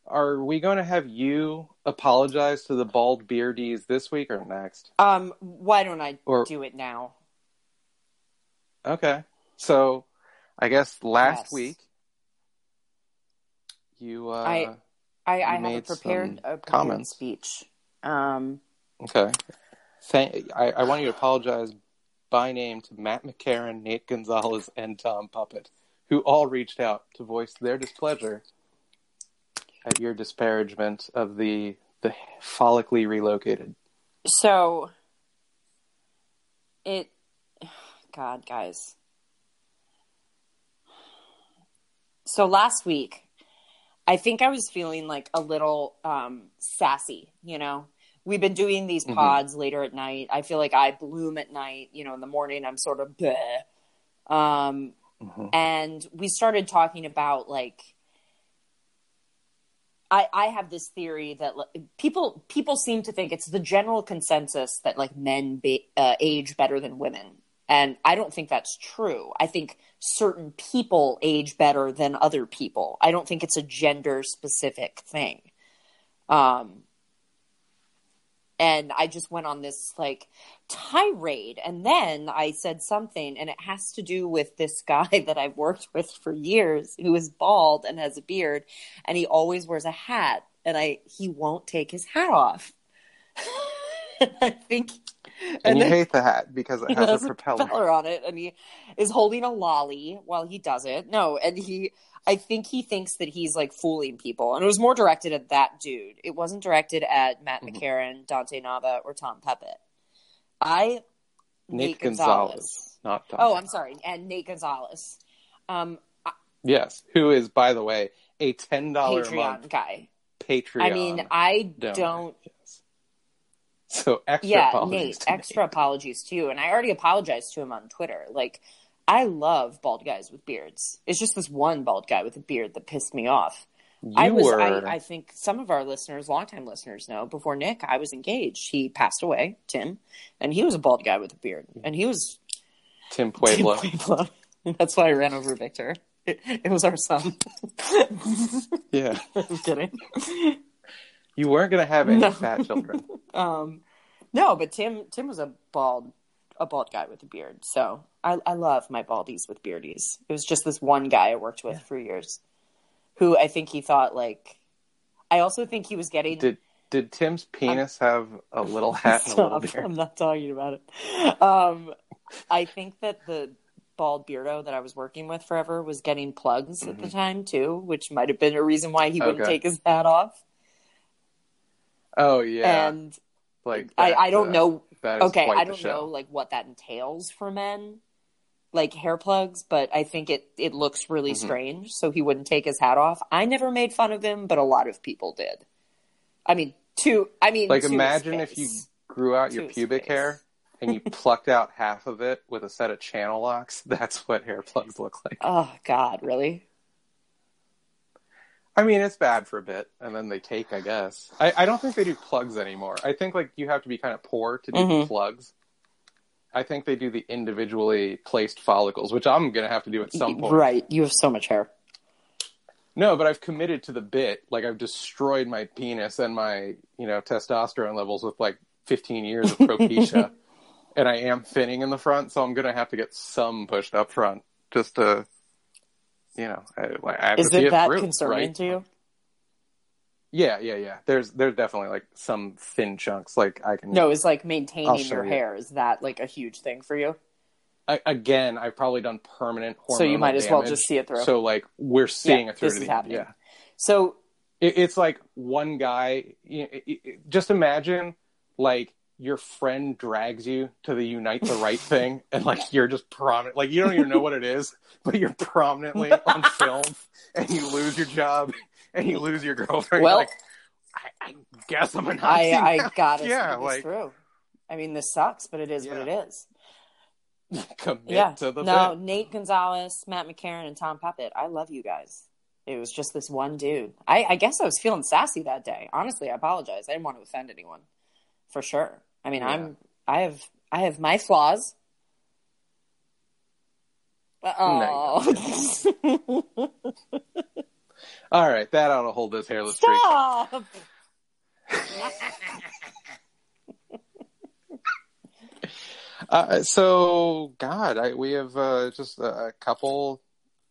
Speaker 1: Are we going to have you apologize to the bald beardies this week or next?
Speaker 2: Um, why don't I
Speaker 1: Or
Speaker 2: do it now?
Speaker 1: okay, so I guess last
Speaker 2: Yes.
Speaker 1: week you uh,
Speaker 2: I- I, I have a
Speaker 1: made
Speaker 2: prepared,
Speaker 1: some
Speaker 2: a prepared
Speaker 1: comments.
Speaker 2: speech. Um,
Speaker 1: okay. Thank. I, I want you to apologize by name to Matt McCarran, Nate Gonzalez, and Tom Puppet, who all reached out to voice their displeasure at your disparagement of the the follically relocated.
Speaker 2: so it, God, guys. So last week, I think I was feeling like a little um, sassy, you know. We've been doing these
Speaker 1: Mhm.
Speaker 2: pods later at night. I feel like I bloom at night, you know, in the morning I'm sort of bleh. Um
Speaker 1: Mhm.
Speaker 2: and we started talking about like I, I have this theory that like, people people seem to think it's the general consensus that like men be, uh, age better than women, and I don't think that's true. I think certain people age better than other people. I don't think it's a gender specific thing. Um, and I just went on this like tirade. And then I said something, and it has to do with this guy that I've worked with for years who is bald and has a beard, and he always wears a hat, and I he won't take his hat off. I think,
Speaker 1: And, you
Speaker 2: then- Oh,
Speaker 1: hate the hat because
Speaker 2: he
Speaker 1: it has
Speaker 2: has
Speaker 1: a
Speaker 2: a
Speaker 1: propeller.
Speaker 2: collar on it and he is holding a lolly while he does it. No, and he I think he thinks that he's like fooling people. And it was more directed at that dude. It wasn't directed at Matt
Speaker 1: Mhm.
Speaker 2: McCarran, Dante Nava, or Tom Puppet. I
Speaker 1: Nate
Speaker 2: Nate Gonzalez.
Speaker 1: Gonzalez. Not Tom.
Speaker 2: Oh, I'm sorry. And Nate Gonzalez. Um
Speaker 1: Yes, who is, by the way, a ten dollar a
Speaker 2: Patreon
Speaker 1: month
Speaker 2: guy.
Speaker 1: Patreon.
Speaker 2: I mean, I
Speaker 1: donor.
Speaker 2: don't
Speaker 1: Yes. So extra
Speaker 2: yeah,
Speaker 1: apologies
Speaker 2: Nate,
Speaker 1: to
Speaker 2: extra apologies to you. And I already apologized to him on Twitter. Like, I love bald guys with beards. It's just this one bald guy with a beard that pissed me off.
Speaker 1: You
Speaker 2: I was,
Speaker 1: were.
Speaker 2: I, I think some of our listeners, longtime listeners know, before Nick, I was engaged. He passed away, Tim, and he was a bald guy with a beard. And he was
Speaker 1: Tim Pueblo.
Speaker 2: Tim Pueblo. That's why I ran over Victor. It, it was our son.
Speaker 1: yeah,
Speaker 2: I'm kidding.
Speaker 1: you weren't going to have any
Speaker 2: No.
Speaker 1: fat children.
Speaker 2: Um, no, but Tim Tim was a bald a bald guy with a beard. So I, I love my baldies with beardies. It was just this one guy I worked with for years, who I think he thought like. I also think he was getting.
Speaker 1: Did did Tim's penis have a little hat and a little
Speaker 2: Stop,
Speaker 1: beard?
Speaker 2: I'm not talking about it. Um, I think that the bald beardo that I was working with forever was getting plugs at the time too, which might have been a reason why he wouldn't
Speaker 1: Mm-hmm. Okay.
Speaker 2: take his hat off.
Speaker 1: Oh yeah,
Speaker 2: And
Speaker 1: like
Speaker 2: I,
Speaker 1: that's,
Speaker 2: I don't
Speaker 1: uh,
Speaker 2: know
Speaker 1: That is
Speaker 2: okay
Speaker 1: quite
Speaker 2: i
Speaker 1: the
Speaker 2: don't
Speaker 1: show.
Speaker 2: know like what that entails for men like hair plugs but i think it it looks really
Speaker 1: Mhm.
Speaker 2: strange so he wouldn't take his hat off i never made fun of him but a lot of people did i mean two i mean
Speaker 1: Like
Speaker 2: to his
Speaker 1: imagine if you
Speaker 2: face.
Speaker 1: grew out
Speaker 2: To
Speaker 1: your
Speaker 2: his
Speaker 1: pubic
Speaker 2: face.
Speaker 1: hair and you plucked out half of it with a set of channel locks. That's what hair plugs look like.
Speaker 2: oh god really
Speaker 1: I mean, it's bad for a bit, and then they take, I guess. I, I don't think they do plugs anymore. I think like you have to be kind of poor to do
Speaker 2: Mhm.
Speaker 1: plugs. I think they do the individually placed follicles, which I'm gonna have to do at some point.
Speaker 2: right you have so much hair
Speaker 1: No, but I've committed to the bit. Like I've destroyed my penis and my you know testosterone levels with like 15 years of propecia, and I am thinning in the front, so I'm gonna have to get some pushed up front just to, you know, I, like, I have
Speaker 2: is
Speaker 1: to see
Speaker 2: it
Speaker 1: it
Speaker 2: that
Speaker 1: through,
Speaker 2: concerning
Speaker 1: right?
Speaker 2: to you
Speaker 1: Yeah, yeah, yeah. There's there's definitely like some thin chunks. Like I can
Speaker 2: no is like
Speaker 1: I'll
Speaker 2: maintaining
Speaker 1: show
Speaker 2: your
Speaker 1: you.
Speaker 2: hair is that like a huge thing for you
Speaker 1: I, again. I've probably done permanent hormonal
Speaker 2: so you might as well
Speaker 1: damage.
Speaker 2: just see it through so,
Speaker 1: So like we're seeing it through
Speaker 2: this
Speaker 1: to
Speaker 2: is
Speaker 1: the end.
Speaker 2: happening.
Speaker 1: Yeah, it, it's like one guy. You know, it- it- just imagine like your friend drags you to the unite the right thing, and like you're just prominent. Like you don't even know what it is, but you're prominently on film, and you lose your job, and you lose your girlfriend.
Speaker 2: well
Speaker 1: You're like, I, I guess I'm an
Speaker 2: I I got it.
Speaker 1: Yeah,
Speaker 2: Yeah,
Speaker 1: like-
Speaker 2: through. I mean, this sucks, but it is what it is.
Speaker 1: commit
Speaker 2: Yeah.
Speaker 1: to the
Speaker 2: no,
Speaker 1: bit.
Speaker 2: Nate Gonzalez, Matt McCarron, and Tom Puppet. I love you guys. It was just this one dude. I, I guess I was feeling sassy that day. Honestly, I apologize. I didn't want to offend anyone, for sure. I mean,
Speaker 1: Yeah.
Speaker 2: I'm I have I have my flaws. But,
Speaker 1: No,
Speaker 2: oh,
Speaker 1: All right, that ought to hold this hairless freak.
Speaker 2: Stop!
Speaker 1: Uh, so, God, I, we have uh, just a, a couple.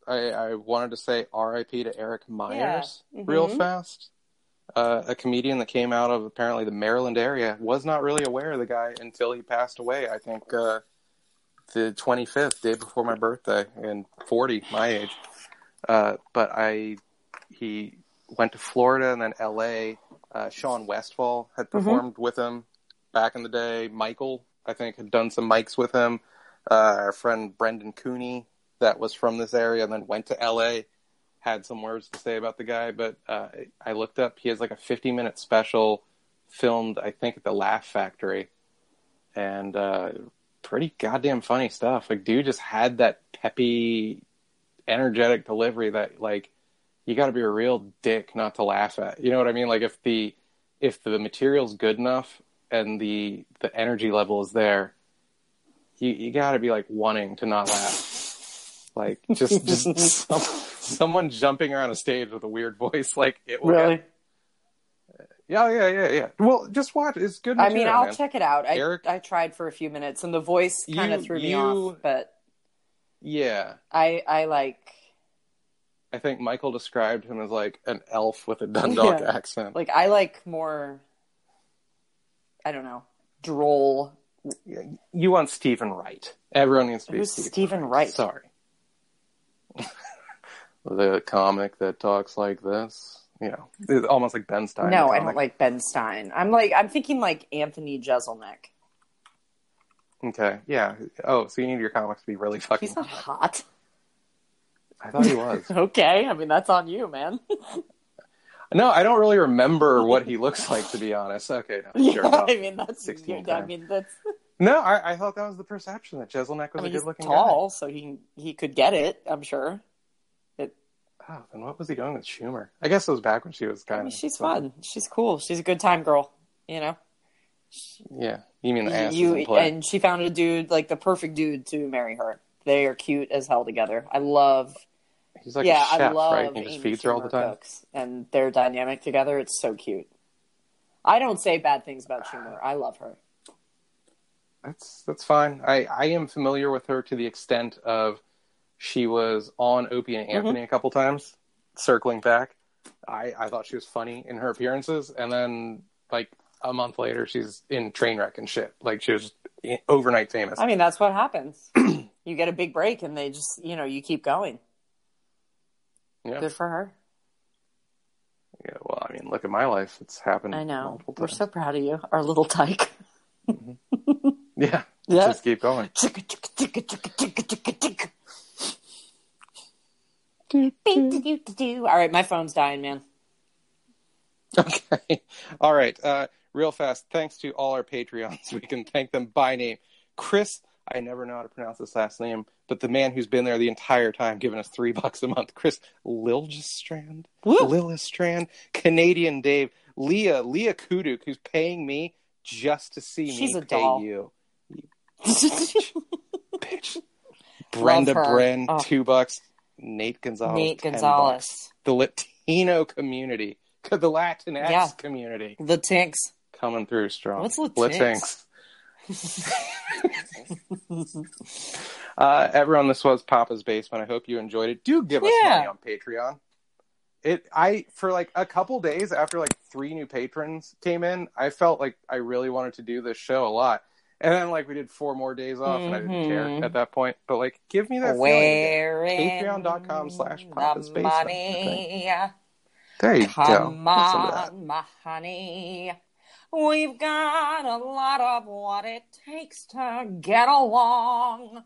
Speaker 1: I, I wanted to say R.I.P. to Eric Myers real
Speaker 2: Mhm.
Speaker 1: fast. Uh, a comedian that came out of apparently the Maryland area was not really aware of the guy until he passed away. I think uh, the 25th, day before my birthday, and 40, my age. Uh, but I, he went to Florida and then L.A. Uh, Sean Westfall had performed with him back in the day. Michael, I think, had done some mics with him. Uh, our friend Brendan Cooney, that was from this area, and then went to LA, had some words to say about the guy. But uh, I looked up; he has like a 50 minute special filmed, I think, at the Laugh Factory, and uh, pretty goddamn funny stuff. Like, dude just had that peppy, energetic delivery that like you got to be a real dick not to laugh at. You know what I mean? Like, if the if the material's good enough and the the energy level is there, you you got to be like wanting to not laugh. Like just just some, someone jumping around a stage with a weird voice, like it will uh,
Speaker 2: Really?
Speaker 1: Yeah, yeah, yeah, yeah. Well, just watch. It's good.
Speaker 2: I mean,
Speaker 1: material,
Speaker 2: I'll
Speaker 1: man.
Speaker 2: check it out. I
Speaker 1: Eric-
Speaker 2: I tried for a few minutes, and the voice kind of
Speaker 1: You-
Speaker 2: threw me
Speaker 1: you-
Speaker 2: off. But
Speaker 1: Yeah,
Speaker 2: I I like
Speaker 1: I think Michael described him as like an elf with a Dundalk
Speaker 2: Yeah.
Speaker 1: accent.
Speaker 2: like I like more. I don't know. Droll.
Speaker 1: You want Stephen Wright? Everyone needs to be
Speaker 2: Who's
Speaker 1: Stephen.
Speaker 2: Stephen Wright?
Speaker 1: Sorry. the comic that talks like this, you know, it's almost like Ben Stein.
Speaker 2: no,
Speaker 1: the
Speaker 2: I don't
Speaker 1: comic.
Speaker 2: like Ben Stein. I'm like I'm thinking like Anthony Jeselnik.
Speaker 1: Okay, yeah. Oh, so you need your comics to be really fucking.
Speaker 2: He's not hot.
Speaker 1: I thought he was.
Speaker 2: Okay, I mean that's on you, man.
Speaker 1: no, I don't really remember what he looks like to be honest. Okay, no, sure.
Speaker 2: yeah,
Speaker 1: well.
Speaker 2: I mean that's
Speaker 1: 16
Speaker 2: I
Speaker 1: times.
Speaker 2: mean that's
Speaker 1: No, I, I thought that was the perception that Jezelnik was
Speaker 2: I mean
Speaker 1: a
Speaker 2: he's
Speaker 1: good-looking guy.
Speaker 2: tall, so he he could get it. I'm sure.
Speaker 1: Oh, then what was he doing with Schumer? I guess it was back when she was kind
Speaker 2: I mean,
Speaker 1: of.
Speaker 2: she's fun. She's cool. She's a good time girl. You know,
Speaker 1: Yeah, you mean the ass is
Speaker 2: you
Speaker 1: in play.
Speaker 2: and she found a dude like the perfect dude to marry her. They are cute as hell together. I love.
Speaker 1: He's like
Speaker 2: yeah,
Speaker 1: a chef,
Speaker 2: I love.
Speaker 1: right? He just
Speaker 2: Amy
Speaker 1: feeds her all the
Speaker 2: Schumer
Speaker 1: time.
Speaker 2: cooks, and their dynamic together. It's so cute. I don't say bad things about Schumer. I love her.
Speaker 1: That's that's fine. I I am familiar with her to the extent of she was on Opie and
Speaker 2: Mm-hmm.
Speaker 1: Anthony a couple times, circling back. I I thought she was funny in her appearances, and then like a month later, she's in Trainwreck and shit. Like she was i- overnight famous.
Speaker 2: I mean, that's what happens. you get a big break, and they just you know you keep going.
Speaker 1: yeah.
Speaker 2: Good for her.
Speaker 1: yeah. Well, I mean, look at my life. It's happened.
Speaker 2: I know.
Speaker 1: Multiple
Speaker 2: We're
Speaker 1: times.
Speaker 2: so proud of you, our little tyke.
Speaker 1: yeah.
Speaker 2: Yeah.
Speaker 1: Just keep going.
Speaker 2: Chicka, chicka, chicka, chicka, chicka, chicka, chicka. Doo-doo-doo-doo-doo. All right, my phone's dying, man.
Speaker 1: Okay. All right. Uh, real fast. Thanks to all our Patreons. We can thank them by name. Chris, I never know how to pronounce this last name, but the man who's been there the entire time, giving us three bucks a month. Chris Liljestrand.
Speaker 2: Woo!
Speaker 1: Liljestrand. Canadian Dave. Leah. Leah Kuduk, who's paying me just to see
Speaker 2: She's
Speaker 1: me
Speaker 2: a
Speaker 1: pay
Speaker 2: doll.
Speaker 1: you.
Speaker 2: Nate
Speaker 1: Bitch. Brenda
Speaker 2: her.
Speaker 1: Bren,
Speaker 2: Oh.
Speaker 1: two bucks. Nate Gonzalez. 10 bucks.
Speaker 2: Gonzalez,
Speaker 1: The Latino community. The Latinx
Speaker 2: Yeah.
Speaker 1: community
Speaker 2: the Tinks.
Speaker 1: coming through strong.
Speaker 2: What's
Speaker 1: Latinx?
Speaker 2: Latinx?
Speaker 1: Uh, everyone, this was Papa's Basement. I hope you enjoyed it. Do give us
Speaker 2: Yeah.
Speaker 1: money on Patreon. It I for like a couple days after like three new patrons came in, I felt like I really wanted to do this show a lot. And then like we did four more days off and I didn't
Speaker 2: Mhm.
Speaker 1: care at that point. But like give me that feeling.
Speaker 2: Where
Speaker 1: Patreon.com slash Papa's
Speaker 2: the
Speaker 1: Basement,
Speaker 2: money?
Speaker 1: There you
Speaker 2: Come
Speaker 1: go. Listen to that.
Speaker 2: on, my honey. We've got a lot of what it takes to get along.